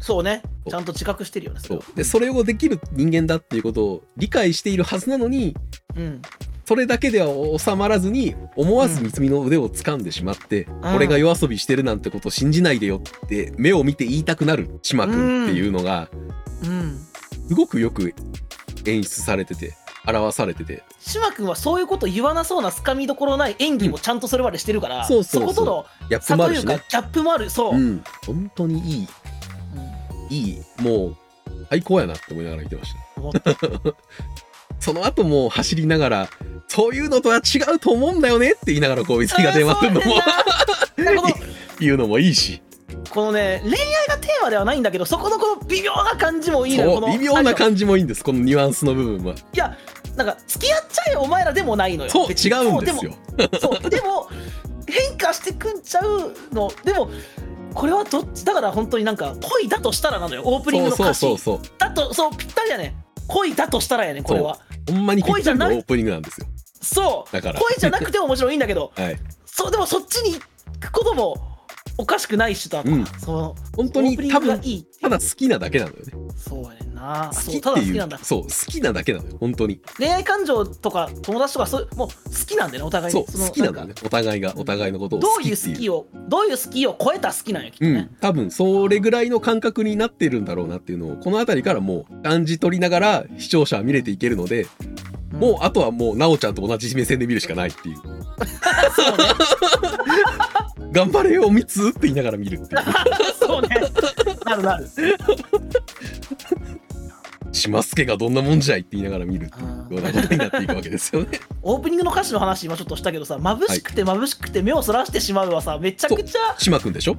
A: そうね
B: そう
A: ちゃんと自覚してるよねそ
B: そ
A: れ
B: う
A: は
B: でそれをできる人間だっていうことを理解しているはずなのに
A: うん
B: それだけでは収まらずに思わず三つみの腕を掴んでしまって、俺が夜遊びしてるなんてことを信じないでよって目を見て言いたくなる島君っていうのが
A: うん
B: すごくよく演出されてて表されてて
A: 島君はそういうこと言わなそうなつかみどころない演技もちゃんとそれまでしてるから、
B: んそうそうそう
A: ことの
B: やっ
A: 差
B: ぱもあ
A: と
B: る
A: いう
B: し
A: か
B: ね
A: ギ、ャップもあるそう、
B: う
A: うん
B: ん、本当にいいいいもう最高やなって思いながら見てました
A: 思
B: *laughs*
A: った
B: その後もう走りながらそういうのとは違うと思うんだよねって言いながらこう水が電話するのも
A: あーそうやねんなだからこ
B: 言うのも *laughs* いいし
A: の *laughs* このね恋愛がテーマではないんだけどそこのこの微妙な感じもいいのよ
B: そう
A: この
B: 微妙な感じもいいんですこのニュアンスの部分はい
A: やなんか付き合っちゃえよお前らでもないのよ
B: そう
A: 別に
B: 違うんですよ
A: そうでもそうでも変化してくんちゃうのでもこれはどっちだから本当になんか恋だとしたらなのよオープニン
B: そ
A: グ
B: う
A: の
B: そう
A: 歌詞
B: そうそう
A: だとそうぴったりやね恋だとしたらやねこれは
B: ほんまにぴった
A: 恋
B: りのオ
A: じゃない
B: ープニングなんですよ
A: そう
B: だから
A: 恋じゃなくてももちろんいいんだけど
B: はい
A: そうでもそっちに行くこともおかしくないしだから、
B: うん
A: その
B: 本当に
A: オープニン
B: 多
A: グが
B: 分
A: いい
B: ただ好きなだけなのよね
A: そうやねんなな
B: 好
A: そ
B: き
A: う
B: った
A: だ
B: て
A: 好き
B: い
A: な
B: うん
A: だ
B: そう好きなだけなのよ本当に
A: 恋愛感情とか友達とかそういうもう好きなんだよねお互い
B: そう
A: にの
B: 好きなんだねお互いがお互いのこと
A: な
B: を
A: んかどうい
B: 好き
A: う
B: って
A: 好
B: いう
A: きをどういう好きを超えた好きなんやきっと
B: う
A: ね
B: ん、多分それぐらいの感覚になってるんだろうなっていうのをこの辺りからもう感じ取りながら視聴者は見れていけるので
A: うん
B: もうあとはもう奈緒ちゃんと同じ目線で見るしかないっていう
A: そうね
B: 頑張れよみつって言いながら見るっていう
A: そうねなるなる
B: 島助がどんなもんじゃいって言いながら見るっていう
A: うん *laughs*
B: ようなことになっていくわけですよね
A: オープニングの歌詞の話今ちょっとしたけどさ眩しくて眩しくて目をそらしてしまうはさめちゃくちゃ
B: 島くんでしょ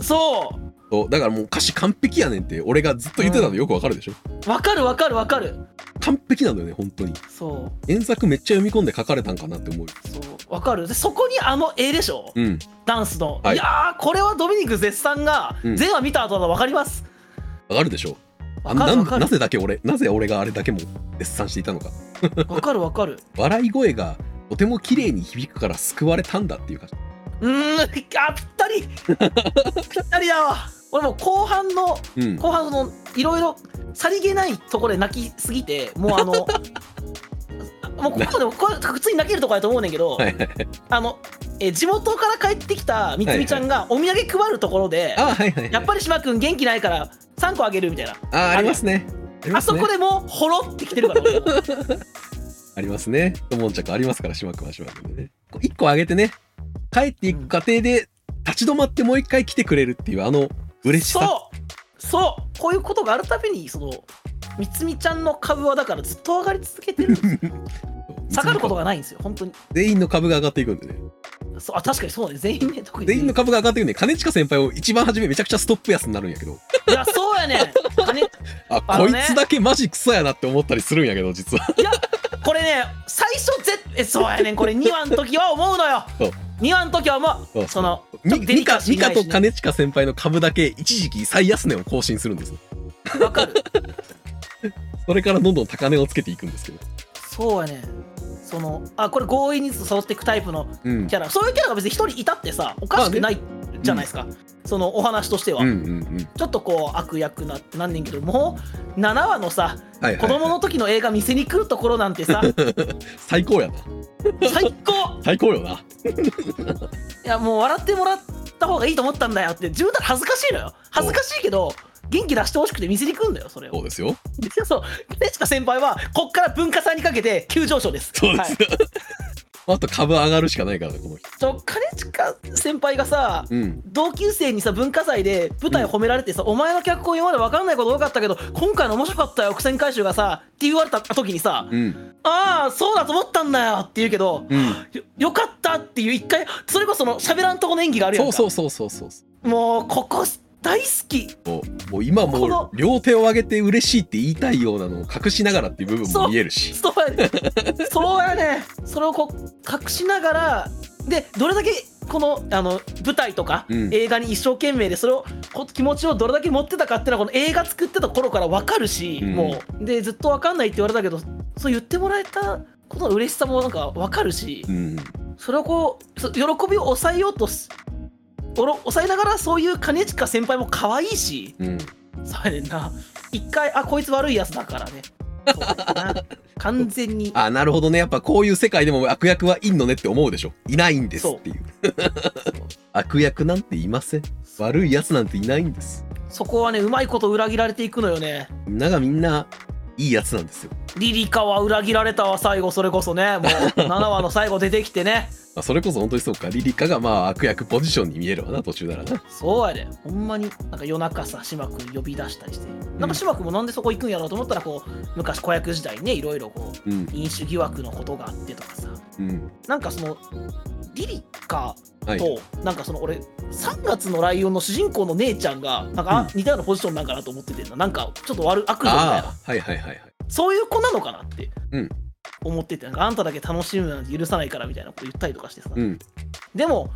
A: そ
B: そうだからもう歌詞完璧やねんって俺がずっと言ってたのよくわかるでしょ
A: うわかるわかるわかる
B: 完璧なのよね本当に
A: そ
B: 原作めっちゃ読み込んで書かれたんかなって思うよ
A: うそうわかるでそこにあの絵でしょ
B: うん
A: ダンスの、
B: はい
A: い、やーこれはドミニク絶賛が
B: うん
A: 全話見た後だと分かり
B: *laughs*
A: ます
B: わかるでしょあ
A: わかる
B: なん
A: わか
B: な
A: る
B: ぜだけ俺なぜ俺があれだけも絶賛していたのか
A: わかるわかる
B: 笑い声がとても綺麗に響くから救われたんだっていうか
A: うーんあぴったりぴったりだわ俺もう後半の
B: *laughs* うん
A: 後半そのいろいろさりげないところで泣きすぎてもう
B: *laughs*
A: あのもうここでもこれ普通に泣けるとこやと思うねんけど、
B: はいはいはい
A: あのえ地元から帰ってきたみつみちゃんがお土産配るところで、
B: あはいはいはい
A: やっぱり島君元気ないから3個あげるみたいな
B: あありますねあり
A: あ
B: ます
A: そ
B: ね
A: こでもうほろってきてるから俺
B: ありますねともんちゃくありますから島くんは島くんでねこう一個あげてね帰っていく過程で立ち止まってもう一回来てくれるっていうあの嬉しさ
A: そうそうこういうことがあるたびにそのみつみちゃんの株はだからずっと上がり続けて
B: *laughs*
A: る下がることがないんですよ本当に
B: 全員の株が上がっていくんでね
A: そうあ確かにそうね全員ね特に
B: 全員の株が上がっていくね金近先輩を一番初めめちゃくちゃストップ安になるんやけど
A: いやそうやねん金
B: あ
A: あ
B: こ
A: の
B: い
A: ね
B: つだけマジクソやなって思ったりするんやけど実は
A: これね最初ぜえそうやねんこれ2話の時は思うのよ
B: そう
A: 2話の時はも
B: そう
A: うそのちょっとデ
B: ミ
A: リ
B: カ
A: カシ
B: ミ
A: ーな
B: カ
A: い
B: と
A: し、ね、
B: 金近先輩の株だけ一時期最安値を更新するんですよ
A: わかる
B: *laughs* それからどんどん高値をつけていくんですけど、
A: そうやねんそのあこれ強引に揃っていくタイプの
B: うん
A: キャラそういうキャラが別に一人いたってさおかしくないじゃないですか、そのお話としては、
B: うんうん
A: ちょっとこう悪役なってなんねんけどもう7話のさ
B: はいはい
A: 子供の時の映画見せに来るところなんてさ
B: *laughs* 最高やな
A: 最高
B: 最高よない
A: やもう笑ってもらった方がいいと思ったんだよって自分だら恥ずかしいのよ恥ずかしいけど元気出してほしくて見せに来るんだよそれ
B: そ
A: を
B: うですよ
A: で *laughs* そうでしか先輩はこっから文化祭にかけて急上昇です
B: そうで
A: はい
B: すよ、 *laughs* あと株上がるしかないからねこの人
A: ちょ金近先輩がさ
B: うん
A: 同級生にさ文化祭で舞台褒められてさ、お前の脚本今まで分かんないこと多かったけど今回の面白かったよ苦戦回収がさって言われた時にさ、
B: うん
A: ああそうだと思ったんだよって言うけど
B: うん
A: よよかったっていう一回それこそその喋らんとこの演技があるやん
B: そ
A: か
B: うそうそうそうそう
A: もうここ大好き
B: もうもう今
A: こ
B: も
A: の
B: う両手を上げて嬉しいって言いたいようなのを隠しながらっていう部分も見えるし
A: そうや
B: *laughs*
A: ねそうやねそれをこう隠しながらでどれだけこのあの舞台とか、
B: うん
A: 映画に一生懸命でそれをこ気持ちをどれだけ持ってたかっていうのはこの映画作ってた頃から分かるし、
B: うん
A: もうでずっと分かんないって言われたけどそう言ってもらえたことの嬉しさもなんか分かるし、
B: うん
A: それをこうそ喜びを抑えようとすおろ抑えながらそういう兼近先輩も可愛いし
B: うん
A: そうやねんな一回あこいつ悪いやつだからねそうやな完全に
B: あなるほどねやっぱこういう世界でも悪役はいんのねって思うでしょいないんですっていう *laughs* 悪役なんていません悪いやつなんていないんです
A: そこはねうまいこと裏切られていくのよね
B: みんながみんないいやつなんですよ、
A: リリカは裏切られたわ最後それこそねもう7話の最後出てきてね
B: まあ、それこそ本当にそうかリリカがまあ悪役ポジションに見えるわな途中ならな
A: そうやでほんまになんか夜中さ島君呼び出したりしてなんか島君もなんでそこ行くんやろうと思ったらこう昔子役時代にねいろいろこう
B: うん
A: 飲酒疑惑のことがあってとかさ
B: うん
A: なんかそのリリカ
B: はい
A: と、なんかその俺3月のライオンの主人公の姉ちゃんがなんか、あ似たようなポジションなんかなと思っててんななんかちょっと悪悪女みたいな
B: ああはいはいはいはい
A: そういう子なのかなって
B: うん
A: 思ってて、なんかあんただけ楽しむなんて許さないからみたいなこと言ったりとかしてさ、
B: うん
A: でも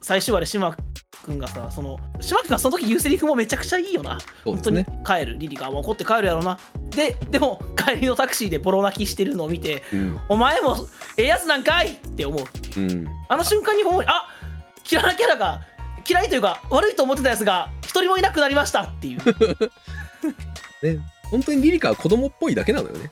A: 最終話で島君がさその島君がその時言うセリフもめちゃくちゃいいよな、
B: そう
A: 本
B: です
A: 当
B: ね
A: に帰るリリカは怒って帰るやろなででも帰りのタクシーでボロ泣きしてるのを見て
B: うん
A: お前もええやつなんかいって思う
B: うん
A: あの瞬間に思いあ嫌いなキャラが嫌いというか悪いと思ってたやつが一人もいなくなりましたっていう
B: ね本当にリリカは子供っぽいだけなのよね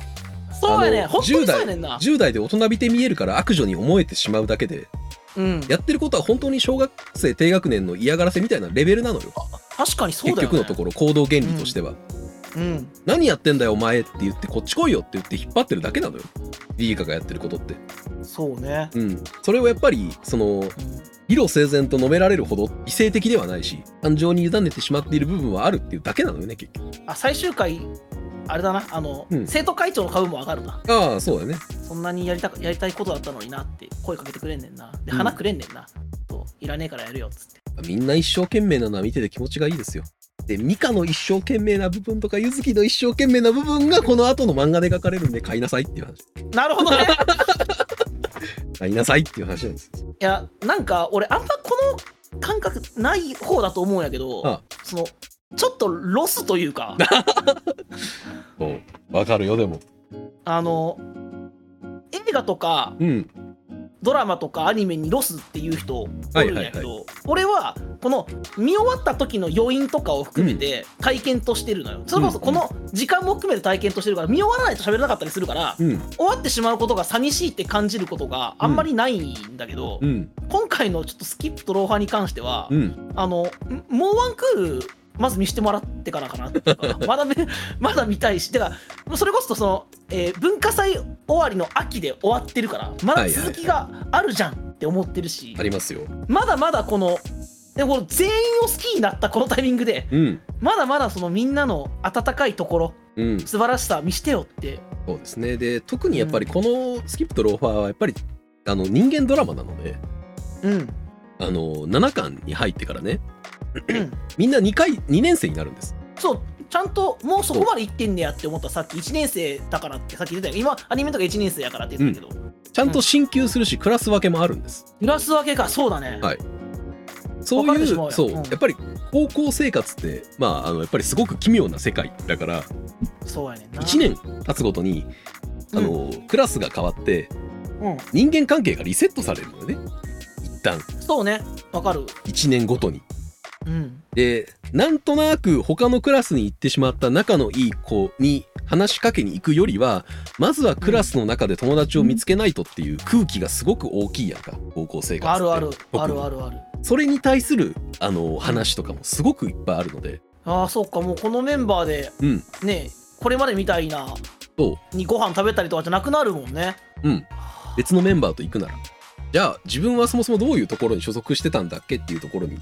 A: そうやね
B: あの
A: 本当に
B: 10
A: そ
B: 代
A: うやねんな
B: 10代で大人びて見えるから悪女に思えてしまうだけで
A: うん
B: やってることは本当に小学生低学年の嫌がらせみたいなレベルなのよ
A: 確かにそう
B: 結
A: だよ、ね、
B: 局のところ行動原理として
A: う
B: は、
A: ん
B: 何やってんだよお前って言ってこっち来いよって言って引っ張ってるだけなのよリリカがやってることって
A: そうね
B: うんそれをやっぱりその理路整然と述べられるほど理性的ではないし感情に委ねてしまっている部分はあるっていうだけなのよね結局
A: あ最終回あれだなあの、
B: うん
A: 生徒会長の株も上がるな
B: ああそうだね
A: そんなにやりたやりたいことだったのになって声かけてくれんねんなで
B: うん
A: 花くれんねんな、そういらねえからやるよっつって
B: みんな一生懸命なのは見てて気持ちがいいですよでミカの一生懸命な部分とかユズキの一生懸命な部分がこの後の漫画で描かれるんで買いなさいっていう話
A: なるほ
B: *laughs*
A: どね
B: 買いなさいっていう話なんですよ
A: いやなんか俺あんまこの感覚ない方だと思うんやけど
B: あ
A: そのちょっとロスというか
B: そうわかるよでも
A: あの映画とか
B: うん
A: ドラマとかアニメにロスっていう人お
B: はい
A: るんやけど、
B: はい
A: 俺はこの見終わった時の余韻とかを含めて体験としてるのよ、それこそこの時間も含めて体験としてるから見終わらないと喋れなかったりするから、
B: うん
A: 終わってしまうことが寂しいって感じることがあんまりないんだけど、
B: うん
A: 今回のちょっとスキップとローファーに関しては、
B: うん
A: あのんもうワンクールまず見せてもらってからかなっていうかまだめまだ見たいしてかそれこそその、えー文化祭終わりの秋で終わってるからまだ続きがあるじゃんって思ってるし、
B: ありますよ
A: まだまだこのでこの全員を好きになったこのタイミングで
B: うん
A: まだまだそのみんなの温かいところ
B: うん
A: 素晴らしさ見してよって
B: そうですねで特にやっぱりこのスキップとローファーはやっぱりあの人間ドラマなので
A: うん
B: あの7巻に入ってからね
A: うん
B: みんな2回2年生になるんです
A: そうちゃんともうそこまでいってんねやって思ったさっき1年生だからってさっき言ってたよ今アニメとか1年生やからって言ってたけど、
B: ちゃんと進級するしクラス分けもあるんです
A: 揺らすわけかそうだね、
B: はいそう
A: 分かれ
B: い
A: てし
B: う
A: まうよ
B: そう
A: うん
B: やっぱり高校生活ってまああのやっぱりすごく奇妙な世界だから
A: そうやねんな
B: 1年経つごとにあのクラスが変わって
A: うん、
B: 人間関係がリセットされるのよね一旦
A: そうねわかる
B: 1年ごとに
A: うん
B: でなんとなく他のクラスに行ってしまった仲のいい子に話しかけに行くよりはまずはクラスの中で友達を見つけないとっていう空気がすごく大きいやんか高校生活って
A: あるある
B: 特に
A: あるあるある
B: それに対するあの話とかもすごくいっぱいあるので
A: ああそうかもうこのメンバーで
B: うん
A: ねこれまでみたいな
B: そう
A: にご飯食べたりとかじゃなくなるもんね
B: うん別のメンバーと行くならじゃあ自分はそもそもどういうところに所属してたんだっけっていうところに
A: うん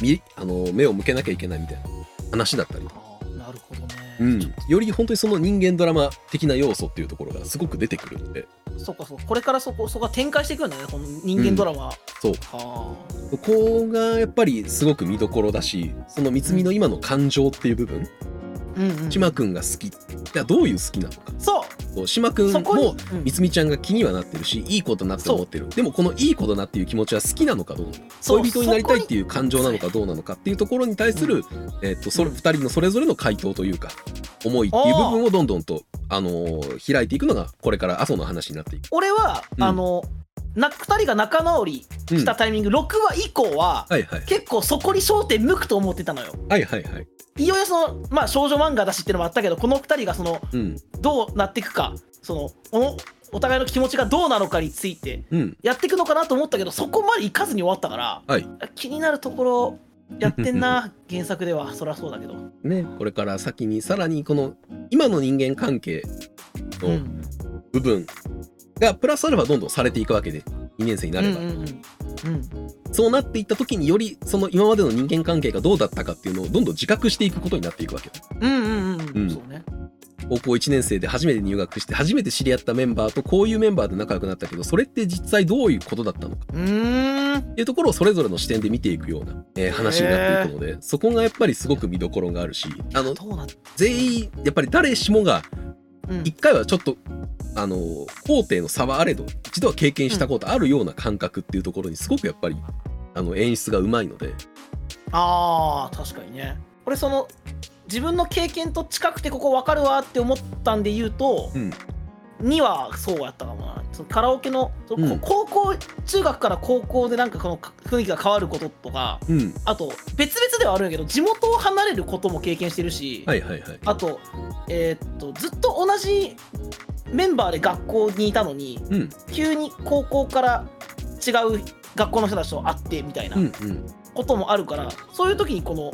B: みあの目を向けなきゃいけないみたいな話だったりとか、
A: あーなるほどね、
B: うん、より本当にその人間ドラマ的な要素っていうところがすごく出てくるので
A: そうかそうかこれからそこそこが展開していくんだねこの人間ドラマ、
B: そう
A: はあ
B: そこがやっぱりすごく見どころだしその三つ見の今の感情っていう部分
A: うんうん
B: 島くんが好きじゃあどういう好きなのか
A: そ
B: そう島く
A: うんそこに、
B: も
A: うん
B: みつみちゃんが気にはなってるしいいことなって思ってるでもこのいいことなっていう気持ちは好きなのかどうなのか
A: そう
B: 恋人になりたい
A: そこ
B: っていう感情なのかどうなのかっていうところに対する、えっとそれ
A: うん
B: 2人のそれぞれの回答というか思いっていう部分をどんどんと、あのー開いていくのがこれから阿蘇の話になっていく。
A: 俺は、
B: うん
A: あのな2人が仲直り
B: うん
A: したタイミング、6話以降は、
B: はいはい
A: 結構そこに焦点向くと思ってたのよ
B: はいはいはい。
A: いよいよその、まあ、少女漫画だしっていうのもあったけどこの2人がその
B: うん
A: どうなっていくかそのおお互いの気持ちがどうなのかについて
B: うん
A: やっていくのかなと思ったけどそこまでいかずに終わったから、
B: はい
A: 気になるところやってん
B: *laughs*
A: な原作ではそりゃそうだけど、う
B: ね、これから先にさらにこの今の人間関係の
A: ん
B: 部分がプラスアルファどんどんされていくわけで2年生になれば、
A: うんうんうんうん
B: そうなっていった時によりその今までの人間関係がどうだったかっていうのをどんどん自覚していくことになっていくわけ
A: うんうんうんう
B: うんん
A: そうね
B: 高校1年生で初めて入学して初めて知り合ったメンバーとこういうメンバーで仲良くなったけどそれって実際どういうことだったのか
A: うーん
B: っていうところをそれぞれの視点で見ていくような、えー話になっていくのでそこがやっぱりすごく見どころがあるしあの
A: どうなって、
B: 全員やっぱり誰しもが
A: うん
B: 一回はちょっとあの工程の差はあれど一度は経験したことあるような感覚っていうところにすごくやっぱりあの演出がうまいので
A: あー確かにね俺その自分の経験と近くてここ分かるわって思ったんで言うと、
B: うん
A: 2はそうやったかもなそのカラオケのその
B: うん
A: 高校、中学から高校でなんかこの雰囲気が変わることとか
B: うん
A: あと別々ではあるんやけど地元を離れることも経験してるし、
B: はいはいはい
A: あとえーっとずっと同じメンバーで学校にいたのに
B: うん
A: 急に高校から違う学校の人たちと会ってみたいな
B: うんうん
A: こともあるから、そういう時にこの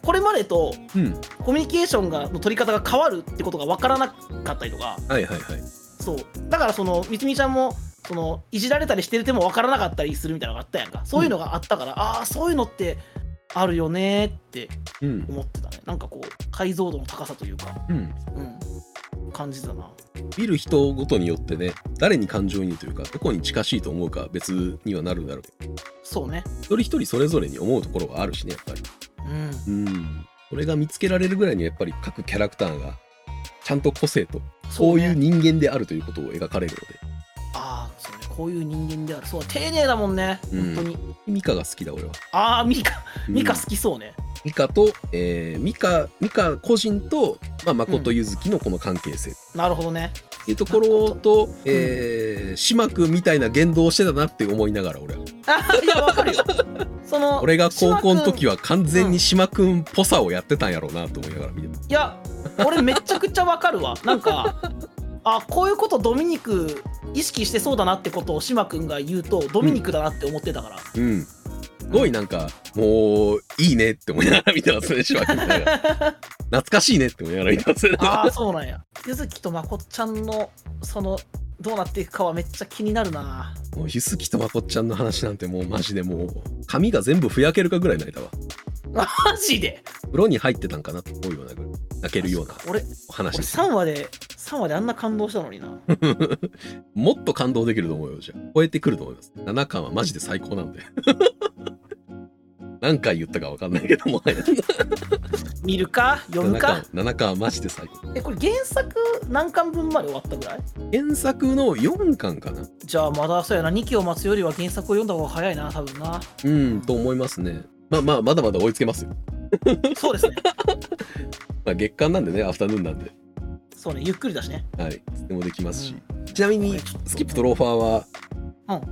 A: これまでと
B: うん
A: コミュニケーションがの取り方が変わるってことが分からなかったりとか
B: はいはいはい
A: そうだからそのみつみちゃんもそのいじられたりしてる手も分からなかったりするみたいなのがあったやんかそういうのがあったから、ああそういうのってあるよねーって
B: うん
A: 思ってたねなんかこう解像度の高さというか、
B: うん
A: うん、感じてたな
B: 見る人ごとによってね誰に感情移入というかどこに近しいと思うか別にはなるんだろうけど
A: そうね
B: 一人一人それぞれに思うところはあるしねやっぱり
A: うん
B: うんそれが見つけられるぐらいにやっぱり各キャラクターがちゃんと個性と
A: そ
B: こう
A: ね
B: いう人間であるということを描かれるので
A: ああそうねこういう人間であるそう丁寧だもんね
B: う
A: 本
B: ん
A: 当に、
B: ミカが好きだ俺は
A: ああミカミカ好
B: き
A: きそうね
B: ミカと、えー、ミカミカ個人と、まあ、誠ゆずきのこの関係性
A: なるほどね
B: っていうところと、えー、島君みたいな言動をしてたなって思いながら俺は
A: あいやわかる *laughs* よその
B: 俺が高校の時
A: は
B: は完全に島君っぽさをやってたんやろうなと思いながら見てた
A: いや俺めちゃくちゃわかる *laughs* わなんかあこういうことドミニク意識してそうだなってことを島君が言うとドミニクだなって思ってたから、
B: うんすごいなんかもういいねって思いながら見てます *laughs* ね島君みたいな懐かしいねって思いながら見てますね
A: ああそう *laughs* なんやゆずきとまこちゃんのそのどうなっていくかはめっちゃ気になるな
B: もうゆすきとまこっちゃんの話なんてもうマジでもう髪が全部ふやけるかぐらい泣いたわ
A: マジで
B: 風呂に入ってたんかなと思うようなぐらい泣けるような
A: 俺俺
B: 話です
A: 3話で3話であんな感動したのにな
B: もっと感動できると思うよ、じゃあ。超えてくると思います。7巻はマジで最高なんで。 *laughs* 何回言ったかわかんないけども、7
A: 見るか読むか
B: 巻、7巻はマジで最高。
A: えこれ原作何巻分まで終わったぐらい
B: 原作の4巻かな
A: じゃあまだそうやな2期を待つよりは原作を読んだ方が早いな多分な
B: うん、と思いますね。まあまあ、まだまだ追いつけますよ。
A: そうですね
B: まあ、月間なんでね、アフタヌーンなんで。
A: そうねゆっくりだし *laughs* ね
B: はい。いつでもできますし。
A: うん
B: ちなみに、スキップとローファーは、
A: う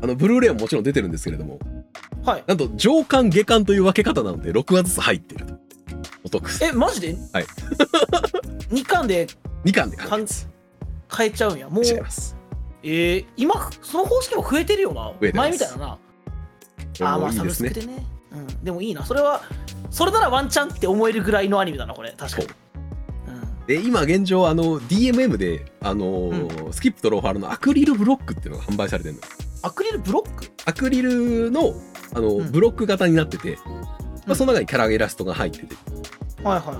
B: あの、ブルーレイももちろん出てるんですけれども、
A: はい
B: なんと上巻、下巻という分け方なので、6話ずつ入ってると。お得。
A: えマジで *laughs*
B: はい
A: 2巻で
B: 2巻で
A: か
B: 完
A: ん変えちゃうんやもう
B: 結違います。
A: えー、今その方式も増えてるよな
B: えてます
A: 前みたいななあーまあ
B: いい
A: サ
B: で
A: ブ
B: す
A: ス
B: ね
A: ク。でねうん、でもいいなそれはそれならワンチャンって思えるぐらいのアニメだなこれ確かに、
B: そうで今現状あの DMM であのースキップとローファーのアクリルブロックっていうのが販売されてるの
A: ん、アクリルブロック
B: アクリルのあの、
A: うん
B: ブロック型になってて、
A: う
B: まあ、
A: ん
B: その中にキャライラストが入ってて
A: はいはいはい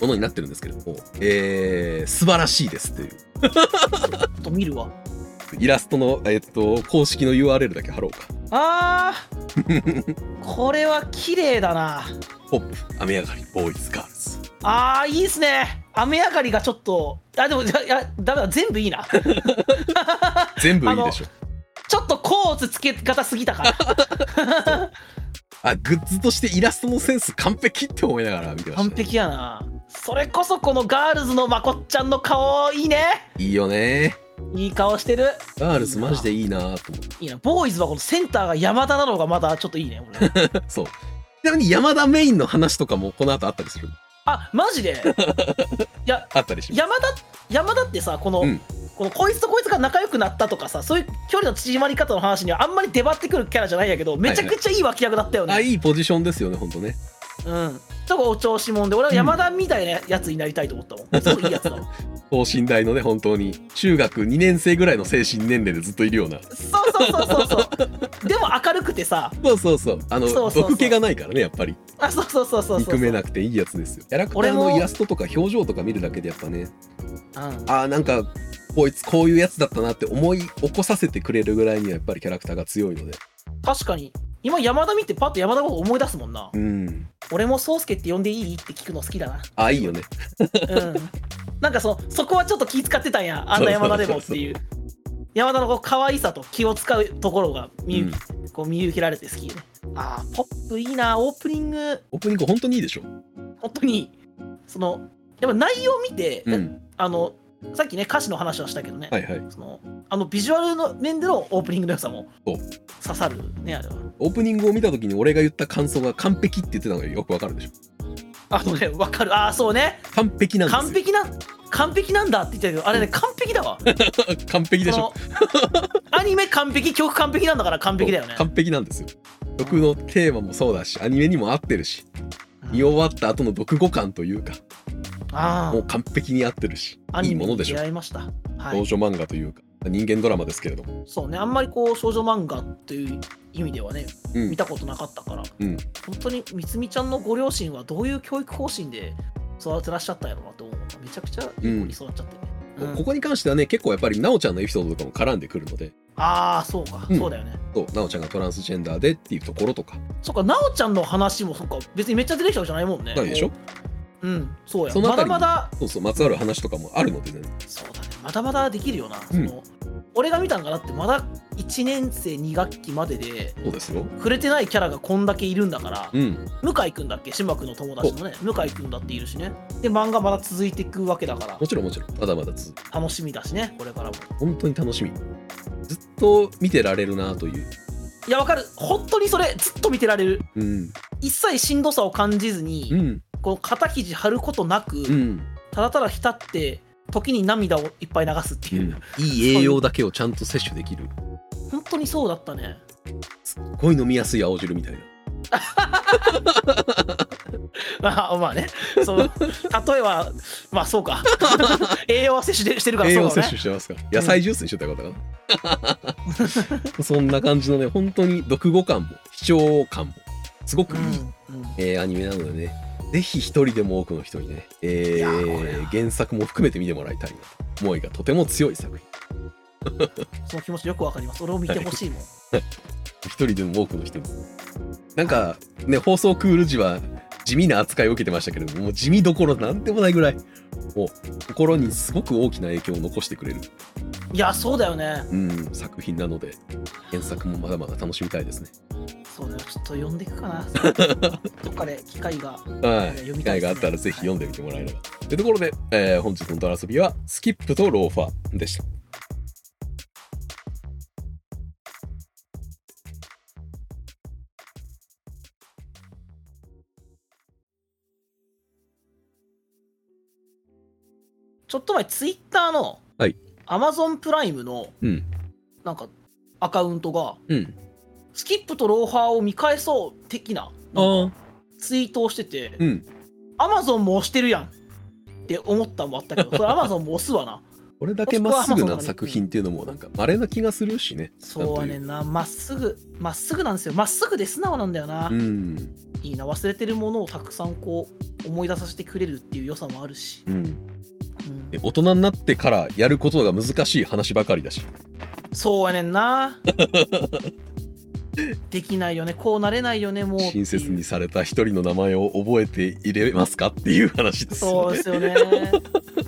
B: ものになってるんですけれども、えー、素晴らしいですっていう
A: ちょっと見るわ
B: イラストの、えっと公式の URL だけ貼ろうか
A: あー
B: *laughs*
A: これは綺麗だな
B: ポップ雨上がりボーイズガールズ
A: あーいいっすね雨上がりがちょっとあでもいやいやだめだ全部いいな
B: 全部いいでしょ
A: ちょっとコーツつけ方すぎたから
B: あグッズとしてイラストのセンス完璧って思いながら見てました、ね、
A: 完璧やなそれこそこのガールズのまこっちゃんの顔いいね
B: いいよね
A: いい顔してる
B: ガールズマジでいいなと思って
A: いいなボーイズはこのセンターが山田なのがまだちょっといいね俺
B: そうちなみに山田メインの話とかもこの後あったりする
A: あマジでいや
B: あったりします
A: 山田山田ってさこの,、
B: うん
A: このこいつとこいつが仲良くなったとかさそういう距離の縮まり方の話にはあんまり出張ってくるキャラじゃないんやけどめちゃくちゃいい脇役だったよね、
B: あいいポジションですよね、本当ね。
A: うんちょっとお調子者で俺は山田みたいなやつになりたいと思ったもん、
B: *laughs*
A: すごいいいやつだもん
B: 等身大のね、本当に。中学2年生ぐらいの精神年齢でずっといるような。
A: そうそうそうそうそうでも明るくてさ
B: そうそうそう。あの、
A: そうそうそう
B: 毒気がないからね、やっぱり。
A: あそうそうそうそうそうそう
B: 憎めなくていいやつですよ。キャラクター
A: 俺
B: の
A: も
B: イラストとか表情とか見るだけでやっぱね、
A: うん
B: ああ、なんか、こいつこういうやつだったなって思い起こさせてくれるぐらいにはやっぱりキャラクターが強いので。
A: 確かに今山田見てパッと山田のこと思い出すもんな
B: うん。
A: 俺も宗介って呼んでいいって聞くの好きだな
B: ああ、いいよね。
A: うんなんかそのそこはちょっと気使ってたんやあんな山田でもっていう山田のこう可愛さと気を使うところが見,、
B: うん
A: こう見受けられて好きねあーポップいいなオープニング
B: オープニング本当にいいでしょ。
A: 本当にそのやっぱ内容見て、
B: うん。
A: あのさっきね歌詞の話はしたけどね、
B: はいはい。
A: そのあのビジュアルの面でのオープニングの良さも
B: そう
A: 刺さるねあれは
B: オープニングを見た時に俺が言った感想が完璧って言ってたのがよくわかるでしょ。
A: あのねわかるああそうね
B: 完璧なんですよ。
A: 完璧な完璧なんだって言ってたけどあれね完璧だわ
B: 完璧でしょ
A: そのアニメ完璧曲完璧なんだから完璧だよね
B: 完璧なんですよ曲のテーマもそうだしアニメにも合ってるし
A: うん
B: 見終わった後の読後感というか
A: あ
B: もう完璧に合ってるし
A: あア
B: い
A: ニ
B: いも
A: メ
B: の
A: に
B: でしょ
A: 出会いましたは
B: 少
A: い
B: 女漫画というか人間ドラマですけれども、
A: そうねあんまりこう少女漫画という意味ではね
B: うん
A: 見たことなかったから、
B: うん
A: 本当にみつみちゃんのご両親はどういう教育方針で育てらっしゃったんやろうなと思うめちゃくちゃいい子に育っちゃってね、うん
B: ここに関してはね結構やっぱり奈緒ちゃんのエピソードとかも絡んでくるので
A: ああそうか、
B: うん
A: そうだよね
B: そう奈緒ちゃんがトランスジェンダーでっていうところとか
A: そっか奈緒ちゃんの話もそっか別にめっちゃ出てきたわけじゃないもんね
B: ないでしょ
A: うんそうや
B: その
A: ま
B: あた
A: だ
B: り
A: まだ
B: そうそうまつわる話とかもあるので、ね、
A: そうだねまだまだできるよな、
B: うん
A: その俺が見たんかなってまだ1年生2学期までで
B: そうですよ
A: 触れてないキャラがこんだけいるんだから、
B: うん
A: 向井くんだっけ島君の友達のね向井くんだっているしねで漫画まだ続いていくわけだから
B: もちろんもちろんまだまだ続く
A: 楽しみだしねこれからも
B: 本当に楽しみずっと見てられるなという
A: いやわかる本当にそれずっと見てられる
B: うん
A: 一切しんどさを感じずに、
B: うん
A: こう肩肘張ることなく、
B: うん、
A: ただただ浸って時に涙をいっぱい流すっていう、
B: いい栄養だけをちゃんと摂取できる
A: 本当にそうだったね
B: すっごい飲みやすい青汁みたいな
A: *laughs* まあまあねその例えばまあそうか *laughs* 栄養は摂取でしてるから
B: 栄
A: そう
B: 養
A: だ
B: 摂
A: ね
B: 取してますから、野菜ジュースにしとったらよかったかな *laughs* そんな感じのね本当に読後感も視聴感もすごくいい、
A: うんうん
B: えーアニメなのでねぜひ一人でも多くの人にね、え
A: いや
B: ー
A: これは
B: 原作も含めて見てもらいたいなと思いがとても強い作品
A: その気持ちよくわかります俺を見てほしいもん
B: 一人でも多くの人になんかね放送クール時は地味な扱いを受けてましたけれどももう地味どころなんでもないぐらいもう心にすごく大きな影響を残してくれる、
A: *laughs* いやそうだよね
B: うん、作品なので原作もまだまだ楽しみたいですね
A: そうだよちょっと読んでいくか *laughs* などっかで機会が
B: はい、
A: 読
B: 機
A: みたいですね
B: 会があったらぜひ読んでみてもらえれば。というところで、えー本日のドラ遊びはスキップとローファーでした。
A: ちょっと前ツイッターの
B: はい
A: アマゾンプライムの
B: うん。
A: なんかアカウントが
B: うん。
A: スキップとローファーを見返そう的な
B: ああ。
A: ツイートをしてて
B: うん。
A: アマゾンも押してるやんって思ったのもあったけどそれアマゾンも押すわな
B: これだけまっすぐな作品っていうのもなんか稀な気がするしね。
A: そうはねんなまっすぐまっすぐなんですよまっすぐで素直なんだよな、
B: うん。
A: いいな忘れてるものをたくさんこう思い出させてくれるっていう良さもあるし、
B: うん。
A: うん
B: で大人になってからやることが難しい話ばかりだし。
A: そうやねんな *laughs* できないよねこうなれないよねもうっていう
B: 親切にされた一人の名前を覚えていれますかっていう話です
A: そう
B: よね
A: で。すよね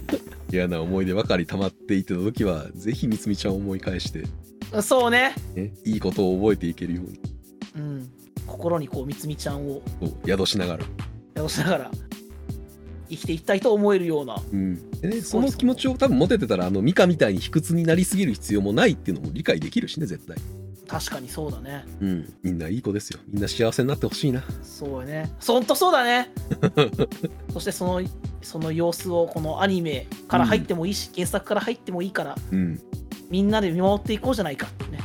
A: *laughs*
B: 嫌な思い出ばかり溜まっていた時は、ぜひみつみちゃんを思い返して、
A: そうね、
B: ね、いいことを覚えていけるように
A: うん、心にこうみつみちゃんを
B: こう宿しながら。
A: 宿しながら生きていきたいと思えるような
B: うんでね、
A: すご
B: そ
A: い
B: の気持ちを多分持ててたらあのミカみたいに卑屈になりすぎる必要もないっていうのも理解できるしね絶対、
A: 確かにそうだね
B: うん、みんないい子ですよみんな幸せになってほしいな
A: そうよねそんとそうだ
B: *laughs*
A: ねそしてそのその様子をこのアニメから入ってもいいし、原作から入ってもいいから
B: うん
A: みんなで見守っていこうじゃないかってね、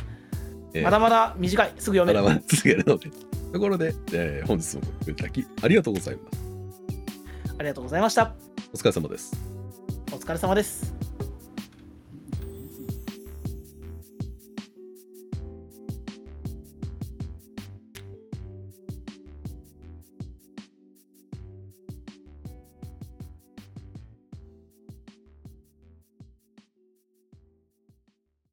B: えー
A: まだまだ短いすぐ読
B: ま
A: め
B: だ
A: る
B: まだ続けるのでところで、えー本日もご覧いただきありがとうございます
A: ありがとうございました
B: お疲れ様です
A: お疲れ様です